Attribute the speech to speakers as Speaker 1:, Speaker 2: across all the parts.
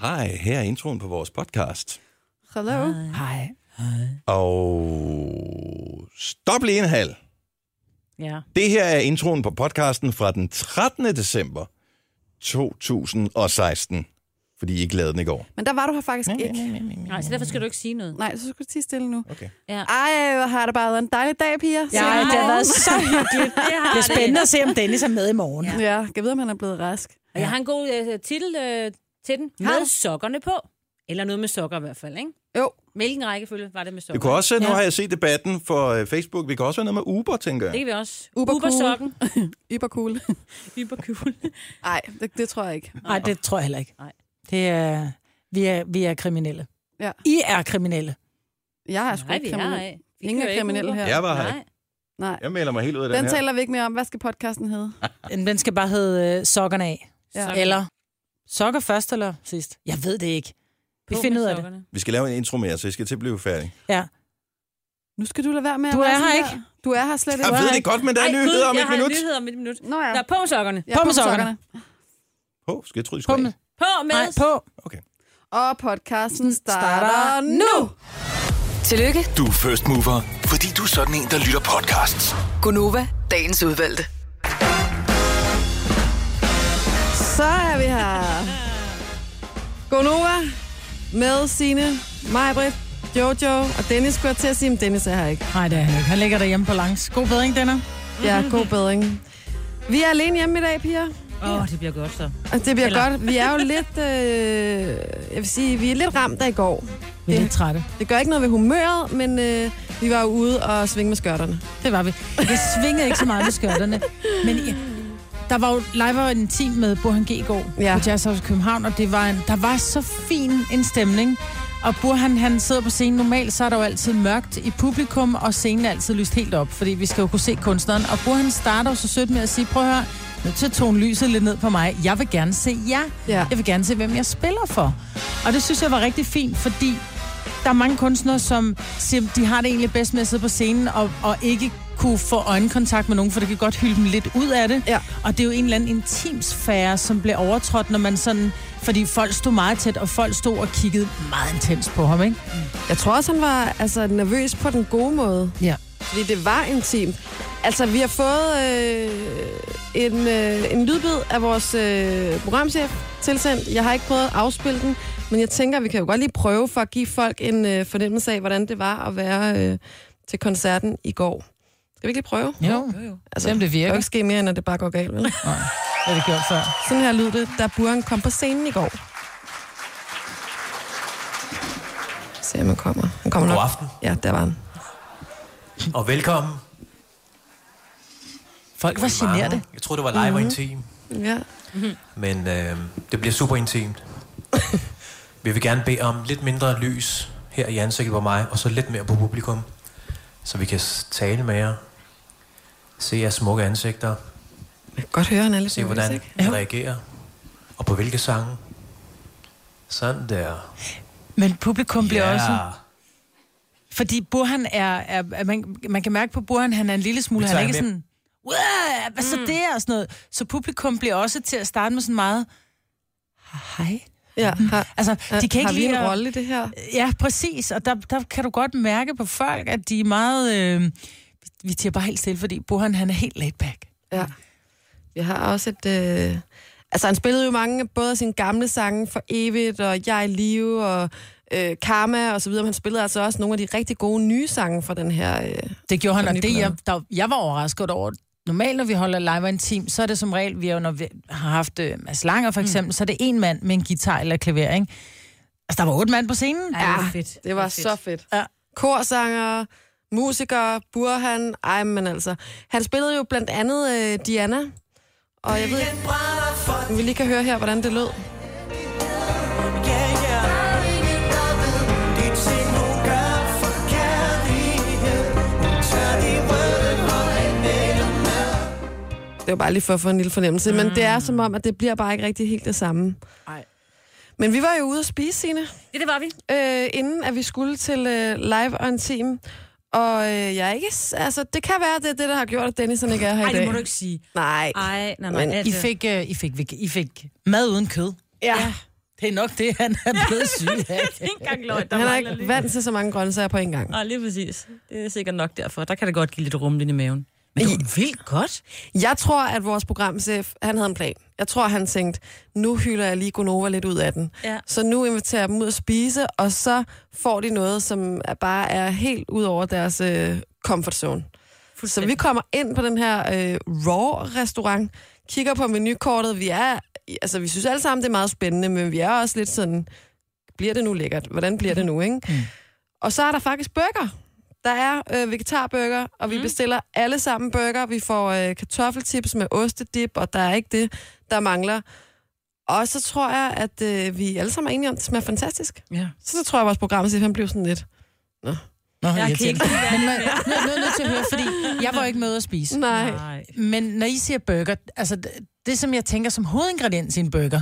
Speaker 1: Hej, her er introen på vores podcast.
Speaker 2: Hello.
Speaker 3: Hej.
Speaker 1: Og stop lige en halv.
Speaker 3: Ja.
Speaker 1: Det her er introen på podcasten fra den 13. december 2016. Fordi I ikke lavede den i går.
Speaker 2: Men der var du her faktisk ikke.
Speaker 3: Nej, så derfor skal du ikke sige noget.
Speaker 2: Nej, så skal du tige stille nu.
Speaker 1: Okay.
Speaker 3: Ja.
Speaker 2: Ej, hvor har det bare været en dejlig dag, piger.
Speaker 4: Ja,
Speaker 2: Siger
Speaker 4: det har
Speaker 2: hun.
Speaker 4: været så hyggeligt.
Speaker 3: har
Speaker 4: Det er spændende at se, om Dennis er med i morgen. Ja.
Speaker 2: Ja, jeg ved, om han er blevet rask.
Speaker 3: Og jeg har en god øh, titel øh, til den. Med sokkerne på. Eller noget med sokker i hvert fald, ikke?
Speaker 2: Jo.
Speaker 3: Hvilken rækkefølge var det med sokker?
Speaker 1: Det kunne også, nu
Speaker 4: Ja.
Speaker 1: har jeg set debatten for øh, Facebook, vi kan også være noget med Uber, tænker jeg.
Speaker 3: Det kan vi også.
Speaker 2: Uber cool.
Speaker 3: Uber-sokken.
Speaker 2: Yber cool.
Speaker 3: Uber-cool.
Speaker 2: Nej, det, det, tror jeg ikke.
Speaker 4: Nej, det tror jeg heller ikke.
Speaker 3: Nej.
Speaker 4: Det er, vi, er, vi er kriminelle.
Speaker 2: Ja.
Speaker 4: I er kriminelle.
Speaker 2: Jeg er sgu
Speaker 3: Nej,
Speaker 2: ikke
Speaker 3: vi er
Speaker 2: kriminel.
Speaker 3: ej. Vi
Speaker 2: Ingen
Speaker 3: kører
Speaker 2: er
Speaker 3: ikke
Speaker 2: kriminelle
Speaker 3: Uber.
Speaker 2: her.
Speaker 1: Jeg var her.
Speaker 3: Nej.
Speaker 1: ikke.
Speaker 2: Nej,
Speaker 1: Jeg melder mig helt ud af den,
Speaker 2: den
Speaker 1: her.
Speaker 2: taler vi ikke mere om. Hvad skal podcasten hedde?
Speaker 4: Den skal bare hedde øh, sokkerne af.
Speaker 2: Ja.
Speaker 3: Sokker.
Speaker 4: Eller sokker først eller sidst. Jeg ved det ikke. Vi
Speaker 3: På
Speaker 4: finder
Speaker 3: med
Speaker 4: ud af det.
Speaker 3: sokkerne.
Speaker 1: Vi skal lave en intro mere, så I skal til at blive færdige.
Speaker 4: Ja.
Speaker 2: Nu skal du lade være med at
Speaker 4: Du
Speaker 2: være
Speaker 4: er her
Speaker 2: sådan
Speaker 4: ikke.
Speaker 2: der. Du er her slet
Speaker 1: Jeg
Speaker 2: ikke.
Speaker 1: ved det godt, men der er
Speaker 3: Ej,
Speaker 1: nyheder
Speaker 3: Gud,
Speaker 1: om
Speaker 3: jeg
Speaker 1: et
Speaker 3: har en
Speaker 1: minut.
Speaker 3: nyheder om et minut.
Speaker 2: Nå ja.
Speaker 3: Der er på med sokkerne.
Speaker 2: Ja,
Speaker 4: På med
Speaker 2: med
Speaker 4: sokkerne.
Speaker 1: På, skal jeg tro, I
Speaker 4: På
Speaker 1: skulle
Speaker 4: med.
Speaker 1: af?
Speaker 3: På med.
Speaker 4: Nej, på.
Speaker 2: Og podcasten starter
Speaker 4: Starter
Speaker 2: nu.
Speaker 5: Tillykke,
Speaker 6: Du er first mover, fordi du er sådan en, der lytter podcasts.
Speaker 5: Gunova, dagens udvalgte.
Speaker 2: Så er vi her. Gonova med Signe, Majbrit, Jojo og Dennis. Skulle jeg til at sige, men Dennis er her ikke.
Speaker 4: Nej, det er han ikke. Han ligger derhjemme på langs. God bedring, Denner.
Speaker 2: Ja, god bedring. Vi er alene hjemme i dag, piger.
Speaker 3: Åh, det bliver godt så.
Speaker 2: Og Det bliver
Speaker 3: Eller-
Speaker 2: godt. Vi er jo lidt, øh, jeg vil sige, vi er lidt ramt af i går.
Speaker 4: Vi er
Speaker 2: Ja.
Speaker 4: lidt trætte.
Speaker 2: Det gør ikke noget ved humøret, men øh, vi var jo ude og svinge med skørterne.
Speaker 4: Det var vi. Jeg svingede ikke så meget med skørterne. Men jeg, der var jo live var en team med Burhan G. i går
Speaker 2: Ja.
Speaker 4: ja. på Jazz House København, og det var en, der var så fin en stemning. Og Burhan, han sidder på scenen normalt, så er der jo altid mørkt i publikum, og scenen er altid lyst helt op, fordi vi skal jo kunne se kunstneren. Og Burhan starter jo så sødt med at sige, prøv at høre, nu til at tone lyset lidt ned på mig. Jeg vil gerne se jer.
Speaker 2: Ja.
Speaker 4: Jeg vil gerne se, hvem jeg spiller for. Og det synes jeg var rigtig fint, fordi der er mange kunstnere, som siger, de har det egentlig bedst med at sidde på scenen og, og ikke kunne få øjenkontakt med nogen, for det kan godt hylde dem lidt ud af det.
Speaker 2: Ja.
Speaker 4: Og det er jo en eller anden intim sfære, som blev overtrådt, når man sådan... Fordi folk stod meget tæt, og folk stod og kiggede meget intens på ham, ikke?
Speaker 2: Jeg tror også, han var altså, nervøs på den gode måde.
Speaker 4: Ja.
Speaker 2: Fordi det var intimt. Altså, vi har fået øh, en, øh, en lydbid af vores øh, programchef tilsendt. Jeg har ikke prøvet at afspille den, men jeg tænker, vi kan jo godt lige prøve for at give folk en øh, fornemmelse af, hvordan det var at være øh, til koncerten i går. Skal vi ikke lige prøve?
Speaker 4: Jo, jo, jo. Altså, Selvom det
Speaker 2: Det
Speaker 4: virker.
Speaker 2: kan jo ikke ske mere, end at det bare går galt, vel?
Speaker 4: Det har det gjort før.
Speaker 2: Sådan her lød det, da Buren kom på scenen i går. Se, om han kommer. Han kommer nok.
Speaker 7: God aften.
Speaker 2: Ja, der var han.
Speaker 7: Og velkommen.
Speaker 4: Folk var
Speaker 7: Mange.
Speaker 4: generet.
Speaker 7: Jeg tror det var live og intim,
Speaker 2: Ja.
Speaker 7: men øh, det bliver super intimt. Vi vil gerne bede om lidt mindre lys her i ansigtet på mig, og så lidt mere på publikum, så vi kan s- tale med jer. Se jeres smukke ansigter.
Speaker 2: Jeg kan godt høre, han er lidt
Speaker 7: Se,
Speaker 2: nervøs,
Speaker 7: hvordan
Speaker 2: ikke?
Speaker 7: I reagerer. Og på hvilke sange. Sådan der.
Speaker 4: Men publikum blev
Speaker 7: Ja.
Speaker 4: også... Fordi Burhan er... er, er man, man kan mærke på Burhan, han er en lille smule...
Speaker 7: Vi
Speaker 4: Han er
Speaker 7: tager
Speaker 4: ikke
Speaker 7: ham
Speaker 4: sådan... "Uah, Hvad så det er? Og sådan noget. Så publikum bliver også til at starte med sådan meget... Hej.
Speaker 2: Ja, har,
Speaker 4: Altså,
Speaker 2: øh,
Speaker 4: de kan
Speaker 2: har
Speaker 4: ikke
Speaker 2: vi
Speaker 4: lide
Speaker 2: en
Speaker 4: at-
Speaker 2: rolle i det her?
Speaker 4: Ja, præcis. Og der, der kan du godt mærke på folk, at de er meget... Øh, vi tager bare helt stille, fordi Burhan, han er helt laid back.
Speaker 2: Ja. Vi har også et... Øh... Altså, han spillede jo mange både af sine gamle sange, For Evigt og Jeg er i live og øh, Karma og så videre. Men han spillede altså også nogle af de rigtig gode nye sange fra den her... Øh...
Speaker 4: Det gjorde han,
Speaker 2: Den
Speaker 4: og
Speaker 2: nye
Speaker 4: det
Speaker 2: plade.
Speaker 4: jeg, der, jeg var overrasket over. Normalt, når vi holder live og en team, så er det som regel, vi har, jo, når vi har haft øh, Mads Langer for eksempel, mm. så er det en mand med en guitar eller klaver, ikke? Altså, der var otte mand på scenen.
Speaker 3: Ej, hvor fedt.
Speaker 2: Det var
Speaker 3: Hvor
Speaker 2: så fedt.
Speaker 4: Ja.
Speaker 2: Korsanger, musikere, Burhan, ej, men altså... Han spillede jo blandt andet øh, Diana. Og jeg ved ikke, om vi lige kan høre her, hvordan det lød. Det var bare lige for at få en lille fornemmelse, mm. men det er som om, at det bliver bare ikke rigtig helt det samme.
Speaker 4: Ej.
Speaker 2: Men vi var jo ude at spise, Signe
Speaker 3: Det, det var vi.
Speaker 2: øh, inden at vi skulle til øh, live on team. Og øh, jeg er ikke... s- Altså, det kan være, det er det, der har gjort, at Dennis han ikke er her
Speaker 3: Ej,
Speaker 2: i dag.
Speaker 3: det må du ikke sige.
Speaker 2: Nej.
Speaker 3: Ej, nej, nej.
Speaker 2: Men
Speaker 3: det er
Speaker 4: I
Speaker 3: det.
Speaker 4: fik, øh, I, fik, I fik mad uden kød.
Speaker 2: Ja.
Speaker 4: Det er nok det, han er blevet syg af.
Speaker 8: ikke engang løgn, der
Speaker 2: Han er
Speaker 8: mangler
Speaker 2: ikke
Speaker 8: lige.
Speaker 2: vant til så mange grøntsager på en gang.
Speaker 8: Nej, lige præcis. Det er sikkert nok derfor. Der kan det godt give lidt rumlen i maven. Men det var vildt godt.
Speaker 2: Jeg tror, at vores programchef, han havde en plan. Jeg tror, han tænkte, nu hylder jeg lige Gonova lidt ud af den.
Speaker 8: Ja.
Speaker 2: Så nu inviterer jeg dem ud at spise, og så får de noget, som er- bare er helt ud over deres øh, comfort zone. Så vi kommer ind på den her øh, Raw-restaurant, kigger på menukortet. Vi er, altså vi synes alle sammen, det er meget spændende, men vi er også lidt sådan, bliver det nu lækkert? Hvordan bliver det nu, ikke? Mm. Og så er der faktisk burger. Der er øh, vegetarburger, og vi mm. bestiller alle sammen burger. Vi får øh, kartoffeltips med ostedip, og der er ikke det, der mangler. Og så tror jeg, at øh, vi alle sammen er enige om, at det smager fantastisk.
Speaker 4: Ja.
Speaker 2: Så, så tror jeg, at vores program han blev sådan lidt...
Speaker 4: Nå, jeg,
Speaker 8: kan ikke lide
Speaker 4: Men man, nu, nu er jeg nødt til at høre, fordi jeg var ikke med at spise.
Speaker 2: Nej.
Speaker 8: Nej.
Speaker 4: Men når I siger burger, altså det, det som jeg tænker som hovedingrediens i en burger,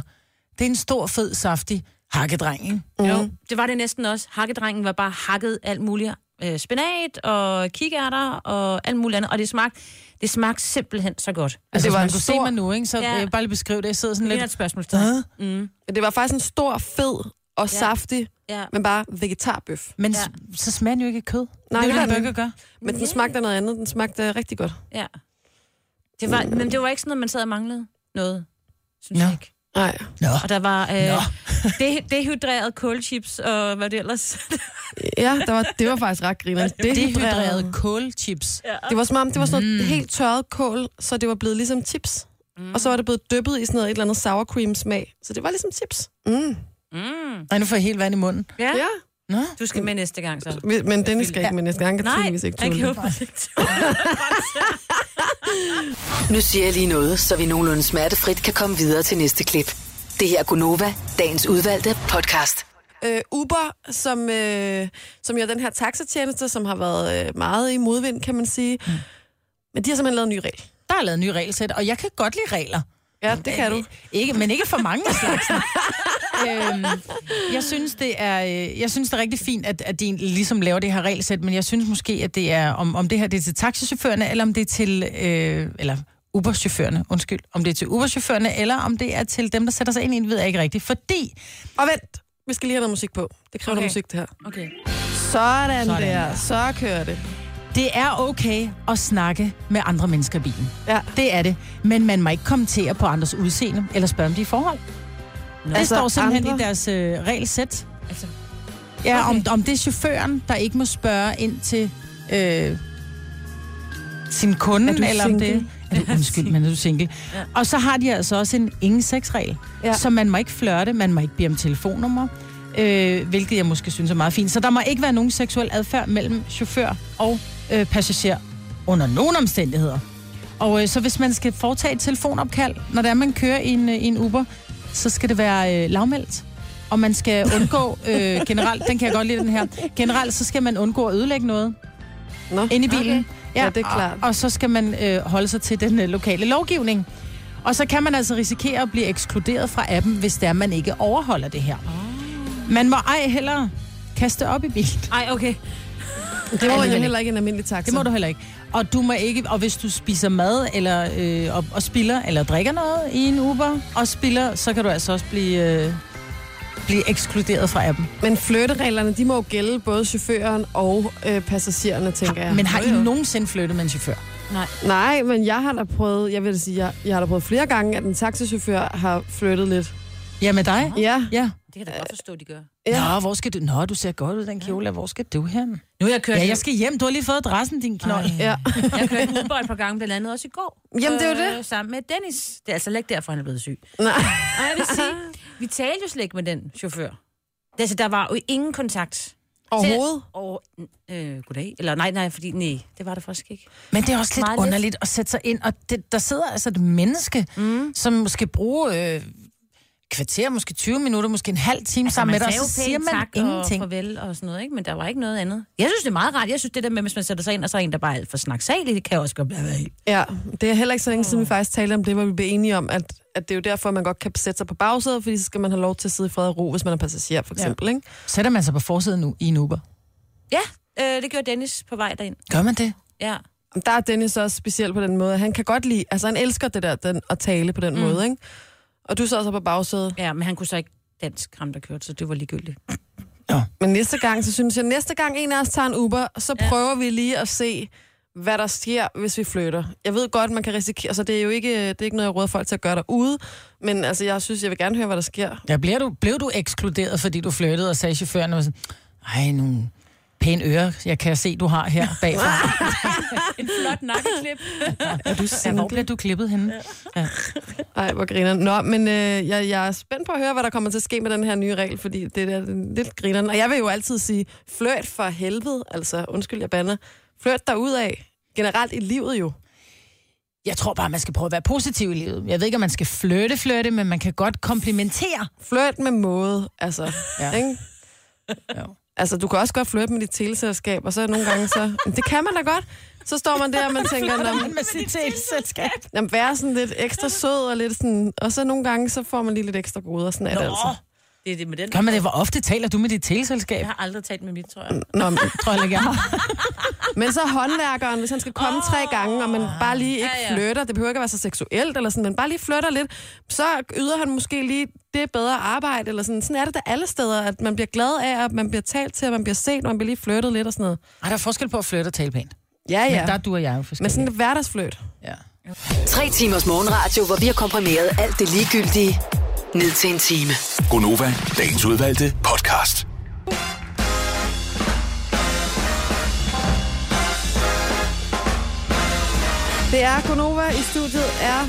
Speaker 4: det er en stor, fed, saftig hakkedreng, ikke?
Speaker 8: Mm.
Speaker 3: Jo, det var det næsten også. Hakkedrengen var bare hakket alt muligt. Øh, spinat og kikærter og alt muligt andet. Og det smagte, det smagte simpelthen så godt.
Speaker 4: Altså,
Speaker 2: det
Speaker 4: det
Speaker 2: var
Speaker 4: var man
Speaker 2: en
Speaker 4: kunne
Speaker 2: stor-
Speaker 4: se mig nu, ikke? Så
Speaker 3: Ja.
Speaker 4: ja. jeg bare lige beskrive det. Jeg sidder sådan
Speaker 3: Det er
Speaker 4: lidt...
Speaker 3: et spørgsmålstegn.
Speaker 4: Hvad?
Speaker 2: Det var faktisk en stor, fed og ja. saftig,
Speaker 3: Ja.
Speaker 2: men bare vegetarbøf.
Speaker 4: Men ja. så smager den jo ikke af kød.
Speaker 2: Nej,
Speaker 4: det er jo
Speaker 2: det gør
Speaker 4: det, en
Speaker 2: den
Speaker 4: burger gør.
Speaker 2: Men den smagte af noget andet. Den smagte rigtig godt.
Speaker 3: Ja. Det var, men det var ikke sådan, at man sad og manglede noget, synes
Speaker 4: Nå.
Speaker 3: jeg ikke.
Speaker 2: Nej.
Speaker 4: Nå.
Speaker 3: Og der var øh,
Speaker 4: Nå.
Speaker 3: de- dehydreret kålchips og hvad det ellers.
Speaker 2: Ja, der var, det var faktisk ret griner.
Speaker 4: Dehydrerede kålchips. Ja.
Speaker 2: Det var som om, det var sådan noget helt tørret kål, så det var blevet ligesom chips. Mm. Og så var det blevet dyppet i sådan noget, et eller andet sour cream smag. Så det var ligesom chips. Mm.
Speaker 4: Ej, nu får jeg helt vand i munden.
Speaker 3: Ja.
Speaker 2: Ja.
Speaker 4: Nå.
Speaker 3: Du skal med næste gang, så.
Speaker 2: Men- Men Dennis skal ikke med næste gang. Han kan
Speaker 3: Nej,
Speaker 2: tydeligvis ikke
Speaker 3: han
Speaker 2: tåle
Speaker 3: kan jo
Speaker 2: det.
Speaker 3: ikke
Speaker 5: Nu siger jeg lige noget, så vi nogenlunde smertefrit kan komme videre til næste klip. Det her er Gunova, dagens udvalgte podcast.
Speaker 2: Øh, Uber, som, øh, som jo er den her taxatjeneste, som har været øh, meget i modvind, kan man sige. Mm. Men de har simpelthen lavet en ny regel.
Speaker 4: Der er lavet nye regelsæt, og jeg kan godt lide regler.
Speaker 2: Ja, det kan du.
Speaker 4: Ikke, men ikke for mange af slagsen. øhm, jeg, synes, det er, øh, jeg synes, det er rigtig fint, at, at de ligesom laver det her regelsæt, men jeg synes måske, at det er, om, om det her det er til taxichaufførerne, eller om det er til, øh, eller Uber-chaufførerne, undskyld, om det er til Uber-chaufførerne, eller om det er til dem, der sætter sig ind i en, ved jeg ikke rigtigt. Fordi,
Speaker 2: Og vent, vi skal lige have noget musik på. Det kræver okay. noget musik, det her.
Speaker 8: Okay.
Speaker 2: Sådan,
Speaker 4: Sådan
Speaker 2: der. Så kører det.
Speaker 4: det er okay at snakke med andre mennesker i bilen.
Speaker 2: Ja.
Speaker 4: Det er det. Men man må ikke kommentere på andres udseende, eller spørge om de er i forhold. Nå. Det
Speaker 2: Altså,
Speaker 4: altså, står simpelthen
Speaker 2: andre-
Speaker 4: andre... i deres øh, regelsæt.
Speaker 8: Altså,
Speaker 4: Altså, ja, om, om det er chaufføren, der ikke må spørge ind til øh, sin kunde,
Speaker 2: Er du
Speaker 4: eller om det
Speaker 2: single?
Speaker 4: er... Du, undskyld, men er du single? Ja. Og så har de altså også en ingen sexregel.
Speaker 2: Ja.
Speaker 4: Ja. Så man må ikke flørte, man må ikke bede om telefonnummer, øh, hvilket jeg måske synes er meget fint. Så der må ikke være nogen seksuel adfærd mellem chauffør og øh, passager under nogen omstændigheder. Og øh, så hvis man skal foretage et telefonopkald, når det er, man kører i en, øh, i en Uber, så skal det være øh, lavmældt. Og man skal undgå øh, generelt, den kan jeg godt lide den her, generelt så skal man undgå at ødelægge noget
Speaker 2: Nå.
Speaker 4: inde i bilen. Okay.
Speaker 2: Ja, det er klart.
Speaker 4: Og, og så skal man øh, holde sig til den øh, lokale lovgivning. Og så kan man altså risikere at blive ekskluderet fra appen, hvis det er, man ikke overholder det her.
Speaker 2: Ah.
Speaker 4: Man må ej heller kaste op i bilen.
Speaker 3: Ej, okay.
Speaker 2: Det må man jo
Speaker 4: alligevel
Speaker 2: heller ikke i en almindelig taxa.
Speaker 4: Det må du heller ikke. Og du må ikke, og hvis du spiser mad, eller øh, og, og spiller, eller drikker noget i en Uber, og spiller, så kan du altså også blive, øh, blive ekskluderet fra appen.
Speaker 2: Men flyttereglerne, de må jo gælde både chaufføren og øh, passagererne, tænker jeg.
Speaker 4: Men har I nogensinde flyttet med en chauffør?
Speaker 2: Nej, men jeg har da prøvet, jeg vil da sige, jeg, jeg har da prøvet flere gange, at en taxichauffør har flyttet lidt.
Speaker 4: Ja, med dig?
Speaker 2: Ja,
Speaker 4: Ja.
Speaker 3: Det kan da godt forstå, de gør.
Speaker 2: Ja.
Speaker 4: ja. Nå, hvor skal du? Nå, du ser godt ud, i den kjole. Hvor skal du hen?
Speaker 8: Nu er jeg kørt
Speaker 4: Ja, jeg skal hjem. Du har lige fået adressen, din knold. Ej.
Speaker 2: ja.
Speaker 3: Jeg kørte en Uber et par gange, blandt andet også i går. øh,
Speaker 2: Jamen, det er jo det.
Speaker 3: sammen med Dennis. Det er altså heller ikke derfor, han er blevet syg.
Speaker 2: Nej.
Speaker 3: Og jeg vil sige, vi talte jo slet ikke med den chauffør. Det, altså, der var jo ingen kontakt.
Speaker 2: Overhovedet.
Speaker 3: Og, øh, goddag. Eller nej, nej, fordi nej, det var der faktisk ikke.
Speaker 4: Men det er også lidt
Speaker 3: Meget lidt.
Speaker 4: underligt at sætte sig ind, og det, der sidder altså et menneske, mm. som måske bruger øh, kvarter, måske 20 minutter, måske en halv time altså, sammen med dig, og så siger man
Speaker 3: tak
Speaker 4: ingenting.
Speaker 3: og farvel og sådan noget, ikke? men der var ikke noget andet. Jeg synes, det er meget rart. Jeg synes, det der med, hvis man sætter sig ind, og så er en, der bare er alt for snaksalig, det kan jeg også godt blive helt.
Speaker 2: Ja, det er heller ikke så længe siden, vi faktisk talte om det, hvor vi blev enige om, at, at det er jo derfor, man godt kan sætte sig på bagsædet, fordi så skal man have lov til at sidde i fred og ro, hvis man er passager, for eksempel. Ja. Ikke?
Speaker 4: Sætter man sig på forsiden nu i en Uber?
Speaker 3: Ja, øh, det gjorde Dennis på vej derind.
Speaker 4: Gør man det?
Speaker 3: Ja.
Speaker 2: Men Der er Dennis også speciel på den måde, at han kan godt lide, altså han elsker det der den, at tale på den mm. måde, ikke? Og du sad så på bagsædet.
Speaker 3: ja, men han kunne så ikke dansk ham, der kørte, så det var ligegyldigt.
Speaker 2: Men næste gang, så synes jeg, næste gang en af os tager en Uber, så ja. prøver vi lige at se, hvad der sker, hvis vi flytter. Jeg ved godt, man kan risikere, så det er jo ikke, øh, det er ikke noget, jeg råder folk til at gøre derude, men altså, jeg synes, jeg vil gerne høre, hvad der sker.
Speaker 4: Ja, bliver du, blev du ekskluderet, fordi du flyttede, og sagde chaufføren, var sådan, ej, nogle pæne ører, jeg kan se, du har her bagfra.
Speaker 3: En flot nakkeklip.
Speaker 4: Er du single? Ja, hvor bliver du klippet henne?
Speaker 2: Ej, hvor griner Nå, men øh, jeg, jeg er spændt på at høre, hvad der kommer til at ske med den her nye regel, fordi det er da lidt grineren. Og jeg vil jo altid sige, fløjt for helvede, altså undskyld, jeg bander. Fløjt dig ud af, generelt i livet jo.
Speaker 4: Jeg tror bare, man skal prøve at være positiv i livet. Jeg ved ikke, om man skal flytte, flytte, men man kan godt komplimentere.
Speaker 2: Fløjt med måde, altså.
Speaker 4: Ja.
Speaker 2: Ja. Ikke?
Speaker 4: Jo.
Speaker 2: Altså, du kan også godt flirte med dit teleselskab, og så nogle gange så... Men Det kan man da godt. Så står man der, og man tænker, "Nå,
Speaker 4: Med sit teleselskab.
Speaker 2: jamen, vær sådan lidt ekstra sød, og, lidt sådan, og så nogle gange, så får man lige lidt ekstra goder, sådan er det altså.
Speaker 3: Det er det med den.
Speaker 4: Gør man det? Hvor ofte taler du med dit teleselskab?
Speaker 3: Jeg har aldrig talt med mit, tror jeg.
Speaker 2: Nå, men,
Speaker 4: Tror jeg, jeg har.
Speaker 2: men så håndværkeren, hvis han skal komme tre gange, og man bare lige ikke
Speaker 3: Ja, ja.
Speaker 2: flytter, det behøver ikke at være så seksuelt, eller sådan, men bare lige flytter lidt, så yder han måske lige det bedre arbejde, eller sådan. Sådan er det da alle steder, at man bliver glad af, at man bliver talt til, at man bliver set, og man bliver lige flyttet lidt og sådan noget.
Speaker 4: Ej, der er forskel på at flytte og tale pænt.
Speaker 2: Ja,
Speaker 4: Men
Speaker 2: ja.
Speaker 4: der er du og jeg jo
Speaker 2: Men
Speaker 4: forskellige.
Speaker 2: sådan en hverdagsfløjt.
Speaker 4: Ja.
Speaker 5: Tre timers morgenradio, hvor vi har komprimeret alt det ligegyldige ned til en time.
Speaker 6: Gonova, dagens udvalgte podcast.
Speaker 2: Det er Konova. I studiet er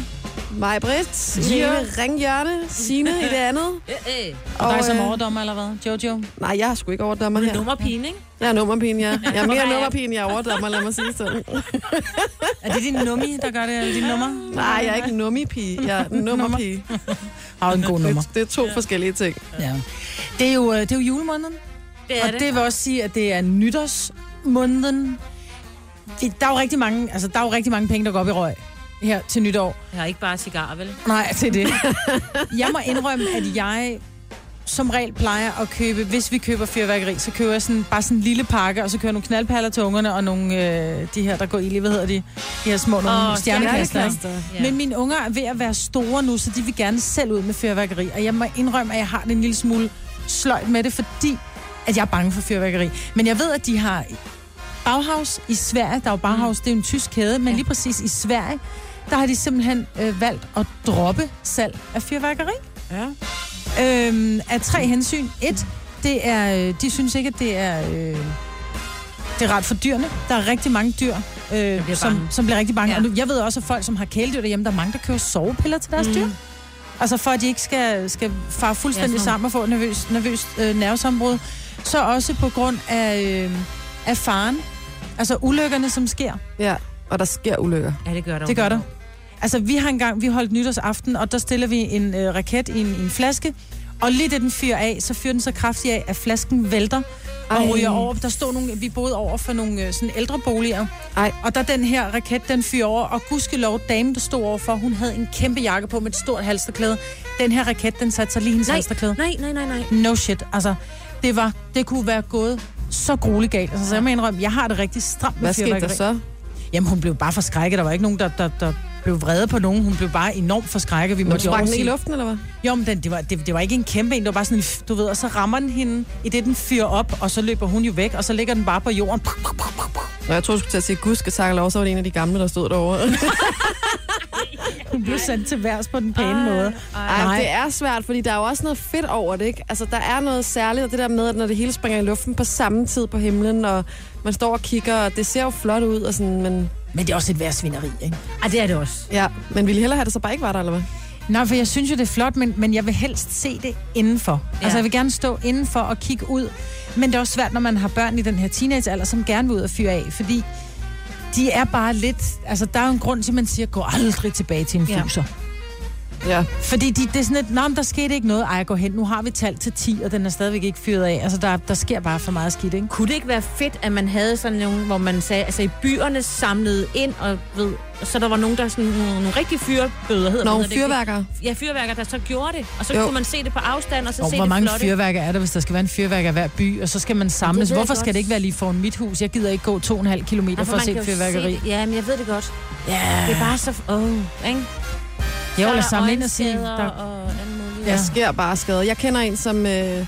Speaker 2: mig, Britt, Jene Ringhjørne, Signe i det andet.
Speaker 3: Øh, øh.
Speaker 4: Og, og dig som
Speaker 2: øh,
Speaker 4: overdommer, eller hvad? Jojo?
Speaker 2: Nej, jeg er sgu ikke overdommer her.
Speaker 3: Nummerpigen, ikke?
Speaker 2: Jeg er nummerpin, ja. Jeg er
Speaker 3: Hvor er
Speaker 2: mere
Speaker 3: jeg?
Speaker 2: nummerpin, jeg er overdommer, lad mig sige sådan.
Speaker 4: Er det din nummi, der gør det? Er det din nummer?
Speaker 2: Nej, jeg er ikke nummipige. Jeg er nummerpige.
Speaker 4: Har en god nummer.
Speaker 2: Det, det er to forskellige ting.
Speaker 4: Ja. Det, er jo, øh, det er jo julemåneden.
Speaker 3: Det
Speaker 4: og det. vil også sige, at det er nytårsmåneden. Det, der, er jo rigtig mange, altså, der er jo rigtig mange penge, der går op i røg her til nytår.
Speaker 3: Jeg har ikke bare cigarer, vel?
Speaker 4: Nej, til det. jeg må indrømme, at jeg som regel plejer at købe, hvis vi køber fyrværkeri, så køber jeg sådan, bare sådan en lille pakke, og så kører jeg nogle knaldperler til ungerne, og nogle, øh, de her, der går ild i, hvad hedder de? De her små nogle
Speaker 3: Åh,
Speaker 4: oh, stjernekaster. ikke?
Speaker 3: Ja.
Speaker 4: Ja. Men mine unger er ved at være store nu, så de vil gerne selv ud med fyrværkeri. Og jeg må indrømme, at jeg har det en lille smule sløjt med det, fordi at jeg er bange for fyrværkeri. Men jeg ved, at de har Bauhaus i Sverige. Der er jo Bauhaus, mm. det er jo en tysk kæde, men ja. lige præcis i Sverige, der har de simpelthen øh, valgt at droppe salg af fyrværkeri. Ja. Øhm, af tre hensyn. Et, det er, øh, de synes ikke, at det er... Øh, det er ret for dyrene. Der er rigtig mange dyr, øh, som,
Speaker 3: bange.
Speaker 4: som bliver rigtig bange. Ja.
Speaker 3: Ja.
Speaker 4: Og nu, jeg ved også, at folk, som har kæledyr derhjemme, der er mange, der køber sovepiller til deres mm. dyr. Altså for, at de ikke skal, skal fare fuldstændig
Speaker 3: Ja,
Speaker 4: ja,
Speaker 3: sådan
Speaker 4: sammen og få et nervøst, nervøst øh, nervesombrud. Så også på grund af, øh, af faren. Altså ulykkerne, som sker.
Speaker 2: Ja, og der sker ulykker.
Speaker 3: Ja, det gør der.
Speaker 4: Det gør der. Altså, vi har engang, vi holdt nytårsaften, og der stiller vi en øh, raket i en, i en flaske, og lige det den fyrer af, så fyrer den så kraftigt af, at flasken vælter og
Speaker 2: Ej.
Speaker 4: ryger over. Der stod nogle, vi boede over for nogle øh, sådan ældre boliger,
Speaker 2: Ej.
Speaker 4: og der den her raket, den fyrer over, og gudskelov, damen, der stod overfor, hun havde en kæmpe jakke på med et stort halsterklæde. Den her raket, den satte sig lige i hendes
Speaker 3: Nej,
Speaker 4: halsterklæde.
Speaker 3: nej, nej, nej, nej.
Speaker 4: No shit, altså, det var, det kunne være gået så grueligt galt. Altså, så jeg må indrømme, jeg har det rigtig stramt med
Speaker 2: Hvad skete der
Speaker 4: fyrværkeri.
Speaker 2: så?
Speaker 4: Jamen, hun blev bare forskrækket. Der var ikke nogen, der, der, der blev vrede på nogen. Hun blev bare enormt forskrækket. Vi måtte jo
Speaker 2: Sprang den i
Speaker 4: oversige-
Speaker 2: luften, eller hvad?
Speaker 4: Jo, men den, det, var, det, det, var ikke en kæmpe en. Det var bare sådan en, f- du ved, og så rammer den hende i det, den fyrer op, og så løber hun jo væk, og så ligger den bare på jorden. Puk, puk, puk, puk, puk.
Speaker 2: Nå, jeg troede, du skulle til at sige, gud skal takke lov, så var det en af de gamle, der stod derovre.
Speaker 4: Hun blev sendt til værs på den pæne måde.
Speaker 2: Ej, det er svært, fordi der er jo også noget fedt over det, ikke? Altså, der er noget særligt, og det der med, at når det hele springer i luften på samme tid på himlen, og man står og kigger, og det ser jo flot ud, og sådan, men,
Speaker 4: Men det er også et værsvineri, ikke?
Speaker 3: Ej, det er det også.
Speaker 2: ja, men ville I hellere have det så bare ikke var der, eller hvad?
Speaker 4: Nej, for jeg synes jo, det er flot, men, men jeg vil helst se det indenfor. Ja.
Speaker 3: Ja.
Speaker 4: Altså, jeg vil gerne stå indenfor og kigge ud. Men det er også svært, når man har børn i den her teenagealder, som gerne vil ud og fyre af, fordi de er bare lidt... Altså, der er jo en grund til, at man siger, gå aldrig tilbage til en
Speaker 3: Ja.
Speaker 4: fuser.
Speaker 2: Ja.
Speaker 4: Fordi de, det er sådan et, nå, men der skete ikke noget. Ej, gå hen, nu har vi talt til 10, og den er stadigvæk ikke fyret af. Altså, der, der sker bare for meget skidt, ikke?
Speaker 3: Kunne det ikke være fedt, at man havde sådan nogle, hvor man sagde, altså i byerne samlede ind, og ved, og så der var nogen, der sådan nogle, nogle rigtige fyrbøder, hedder det,
Speaker 2: Nogle
Speaker 3: hedder det
Speaker 2: fyrværkere.
Speaker 3: ikke? Ja, fyrværker, der så gjorde det, og så
Speaker 2: Jo.
Speaker 3: jo. kunne man se det på afstand, og så
Speaker 4: Og
Speaker 3: se
Speaker 4: hvor
Speaker 3: det
Speaker 4: mange
Speaker 3: flotte.
Speaker 4: fyrværker er der, hvis der skal være en fyrværker i hver by, og så skal man samles.
Speaker 3: ved jeg
Speaker 4: Hvorfor
Speaker 3: godt.
Speaker 4: skal det ikke være lige foran mit hus? Jeg gider ikke gå 2,5 km for
Speaker 3: Ja,
Speaker 4: at
Speaker 3: Altså, man
Speaker 4: se
Speaker 3: kan jo
Speaker 4: fyrværkeri.
Speaker 3: det. Ja, men jeg ved det godt. Ja. Det er bare så... Åh, oh, ikke?
Speaker 4: Jo,
Speaker 3: Så er
Speaker 4: eller
Speaker 3: der
Speaker 4: samle ind og sige,
Speaker 3: øjenskader
Speaker 4: der,
Speaker 3: og alt muligt.
Speaker 2: Der sker bare skade. Jeg kender en, som øh,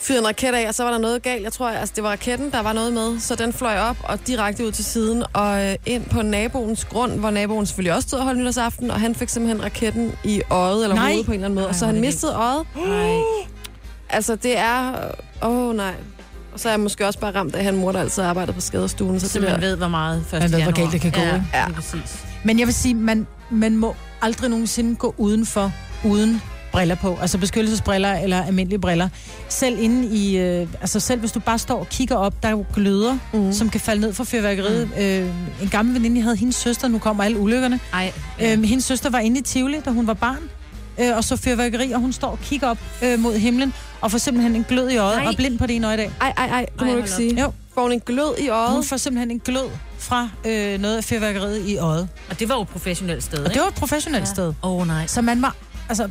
Speaker 2: fyrede en raket af, og så var der noget galt. Jeg tror, altså, det var raketten, der var noget med. Så den fløj op og direkte ud til siden og øh, ind på naboens grund, hvor naboen selvfølgelig også stod og holdt nytårsaften, og han fik simpelthen raketten i øjet eller
Speaker 4: Nej.
Speaker 2: hovedet på en eller anden måde. og
Speaker 4: Ej,
Speaker 2: så
Speaker 4: hvor er
Speaker 2: han
Speaker 4: det
Speaker 2: mistede øjet.
Speaker 4: Nej.
Speaker 2: Altså, det er... Åh, oh, nej. Og så er jeg måske også bare ramt af, at han mor, der altid arbejdede på skadestuen. Så,
Speaker 3: Så
Speaker 2: det der,
Speaker 3: man ved, hvor meget 1.
Speaker 4: Man ved, hvor
Speaker 3: januar.
Speaker 4: galt det kan gå,
Speaker 3: Ja,
Speaker 4: ikke?
Speaker 3: ja. Det er præcis.
Speaker 4: Men jeg vil sige, man, man må aldrig nogensinde gå udenfor, uden briller på. Altså beskyttelsesbriller eller almindelige briller. Selv inde i, øh, altså selv hvis du bare står og kigger op, der er jo gløder,
Speaker 3: Mhm.
Speaker 4: mm. som kan falde ned fra fyrværkeriet. Mm. Øh, en gammel veninde, jeg havde hendes søster, nu kommer alle ulykkerne.
Speaker 3: Ej,
Speaker 4: Øh, hendes søster var inde i Tivoli, da hun var barn, øh, og så fyrværkeri, og hun står og kigger op øh, mod himlen, og får simpelthen en glød i øjet,
Speaker 3: Nej.
Speaker 4: og er blind på det ene øje i dag.
Speaker 2: Ej, ej, ej, det må
Speaker 3: Ej,
Speaker 2: du
Speaker 3: hold
Speaker 2: ikke
Speaker 3: op.
Speaker 2: sige.
Speaker 4: Jo.
Speaker 2: Får hun en glød i
Speaker 4: Hun
Speaker 2: øjet?
Speaker 4: får simpelthen en glød fra øh, noget af fyrværkeriet i øjet.
Speaker 3: og det var jo et professionelt sted,
Speaker 4: Og
Speaker 3: ikke?
Speaker 4: det var et professionelt ja. sted.
Speaker 3: Åh, oh, nej.
Speaker 4: Så man var... Altså,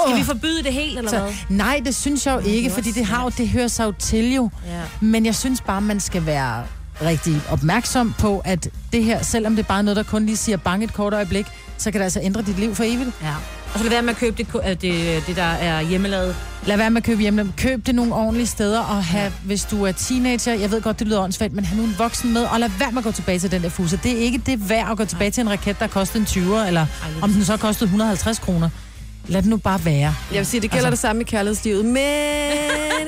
Speaker 3: Skal
Speaker 4: Åh.
Speaker 3: vi forbyde det helt, eller hvad?
Speaker 4: så, nej, det synes jeg jo ikke, fordi det, har jo, det hører sig jo til jo.
Speaker 3: Ja.
Speaker 4: Men jeg synes bare, man skal være rigtig opmærksom på, at det her, selvom det er bare noget, der kun lige siger bange et kort øjeblik, så kan det altså ændre dit liv for evigt.
Speaker 3: ja. Og så lad være med at købe det, ko- øh, det, det der er hjemmelavet.
Speaker 4: Lad være med at købe hjemme. Køb det nogle ordentlige steder, og have, ja. hvis du er teenager, jeg ved godt, det lyder åndssvagt, men have nu en voksen med, og lad være med at gå tilbage til den der fuser. Det er ikke det værd at gå tilbage til en raket, der kostede en 20'er, eller
Speaker 3: lige
Speaker 4: om den så kostede 150 kroner. Lad det nu bare være.
Speaker 2: Jeg vil sige, det gælder altså. det samme i kærlighedslivet, men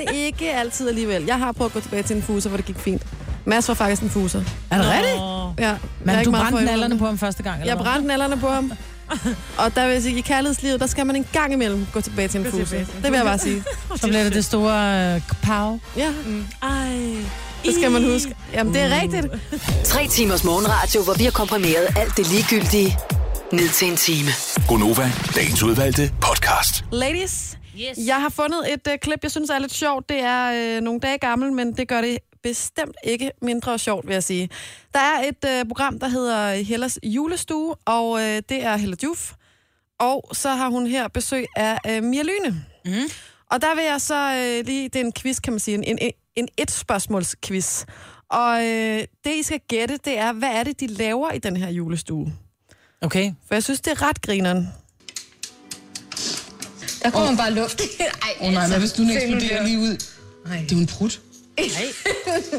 Speaker 2: ikke altid alligevel. Jeg har prøvet at gå tilbage til en fuser, hvor det gik fint. Mads var faktisk en fuser.
Speaker 4: Er det rigtigt?
Speaker 3: Åh,
Speaker 2: Ja, jeg er
Speaker 4: Men
Speaker 2: ikke
Speaker 4: du
Speaker 2: meget
Speaker 4: brændte
Speaker 2: for
Speaker 4: nallerne på ham første gang, eller
Speaker 2: Jeg
Speaker 4: hvad?
Speaker 2: brændte nallerne på ham. Og der vil jeg sige, i kærlighedslivet, der skal man en gang imellem gå tilbage til en fuser. Det vil jeg bare sige.
Speaker 4: Så blev det det store øh, pow.
Speaker 2: Ja,
Speaker 3: Ej.
Speaker 2: det skal man huske. Jamen, det er rigtigt.
Speaker 5: Tre timers morgenradio, hvor vi har komprimeret alt det ligegyldige ned til en time.
Speaker 6: Gonova, dagens udvalgte podcast.
Speaker 2: Ladies,
Speaker 3: Yes.
Speaker 2: jeg har fundet et øh, klip, jeg synes er lidt sjovt. Det er øh, nogle dage gammel, men det gør det bestemt ikke mindre sjovt, vil jeg sige. Der er et øh, program, der hedder Hellas Julestue, og øh, det er Hella Juf. Og så har hun her besøg af øh, Mia Lyne. Mm. Og der vil jeg så øh, lige... Det er en quiz, kan man sige. En, en, en et-spørgsmåls-quiz. Og øh, det, I skal gætte, det er, hvad er det, de laver i den her julestue?
Speaker 4: Okay.
Speaker 2: For jeg synes, det er ret grineren.
Speaker 9: Der kommer bare luft. Ej, oh, nej, altså, hvis du eksploderer lige ud. Nej. Det er jo en prut. det,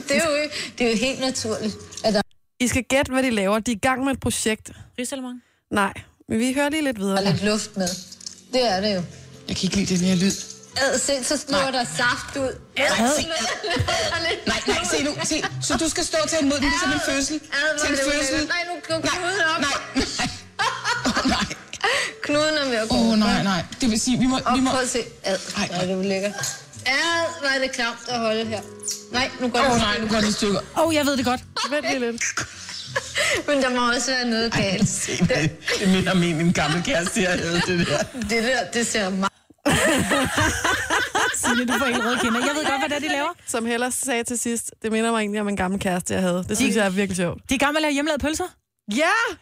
Speaker 9: er jo, det er jo helt naturligt. At der
Speaker 2: I skal gætte, hvad de laver. De er i gang med et projekt.
Speaker 3: Rigsalemang.
Speaker 2: Nej, men vi hører lige lidt videre.
Speaker 9: er lidt luft med. Det er det jo.
Speaker 10: Jeg kan ikke lide den her lyd.
Speaker 9: Ad, se, så slår der saft ud. Ad, se.
Speaker 10: Nej, nej, se nu. Se. Så du skal stå og tage imod den, ligesom en fødsel.
Speaker 9: Ad,
Speaker 10: Til
Speaker 9: hvor er
Speaker 10: en
Speaker 9: det
Speaker 10: fødsel.
Speaker 9: ulækkert. Nej, nu går
Speaker 10: Nej,
Speaker 9: knuden op.
Speaker 10: nej, nej. Åh, nej.
Speaker 9: Knuden er ved at gå.
Speaker 10: Åh, nej, nej. Det vil sige, vi må...
Speaker 9: Og
Speaker 10: Vi må...
Speaker 9: prøv at se. Ad,
Speaker 10: Ej,
Speaker 9: hvor er det ulækkert. Ad, hvor er det klamt at holde her. Nej, nu går
Speaker 10: Åh,
Speaker 9: det.
Speaker 10: nej, nu går det i stykker.
Speaker 4: Åh, oh, jeg ved det godt.
Speaker 2: Vent lige lidt.
Speaker 9: Men der må også være noget galt.
Speaker 10: Se, det, det minder om en, min gamle kæreste, jeg havde det der.
Speaker 9: Det der, det ser meget.
Speaker 4: Signe, du får helt røde kinder. Jeg ved godt, hvad det er, de laver.
Speaker 2: Som Hellers sagde til sidst, det minder mig egentlig om en gammel kæreste, jeg havde. Det synes jeg er virkelig sjovt.
Speaker 4: De er i gang med at lave hjemmelavede pølser.
Speaker 2: Ja!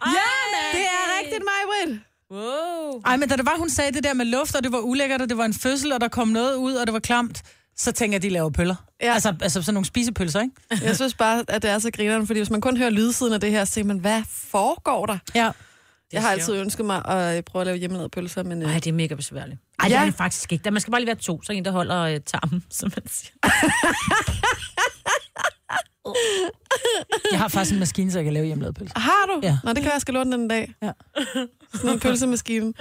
Speaker 2: Ja! Det er rigtigt, mig, Britt.
Speaker 3: Wow.
Speaker 4: Ej, men da det var, hun sagde det der med luft, og det var ulækkert, og det var en fødsel, og der kom noget ud, og det var klamt, så tænker jeg, de laver pøller. Ja.
Speaker 2: Ja.
Speaker 4: Altså, altså sådan nogle spisepølser, ikke?
Speaker 2: Jeg synes bare, at det er så grineren, fordi hvis man kun hører lydsiden af det her, så tænker man, hvad foregår der?
Speaker 4: Ja.
Speaker 2: Jeg har altid ønsket mig at øh, prøve at lave hjemmelavede pølser, men... Øh,
Speaker 3: Nej, det er mega besværligt. Ej, ja. det
Speaker 2: Ja.
Speaker 3: er det faktisk ikke. Der, man skal bare lige være to, så en, der holder øh, tarmen, som man siger.
Speaker 4: Jeg har faktisk en maskine, så jeg kan lave hjemmelavede pølser.
Speaker 2: har du?
Speaker 4: Ja.
Speaker 2: Ja. Nå, det kan være, jeg skal låne den en dag.
Speaker 4: Ja.
Speaker 2: Sådan en pølsemaskine.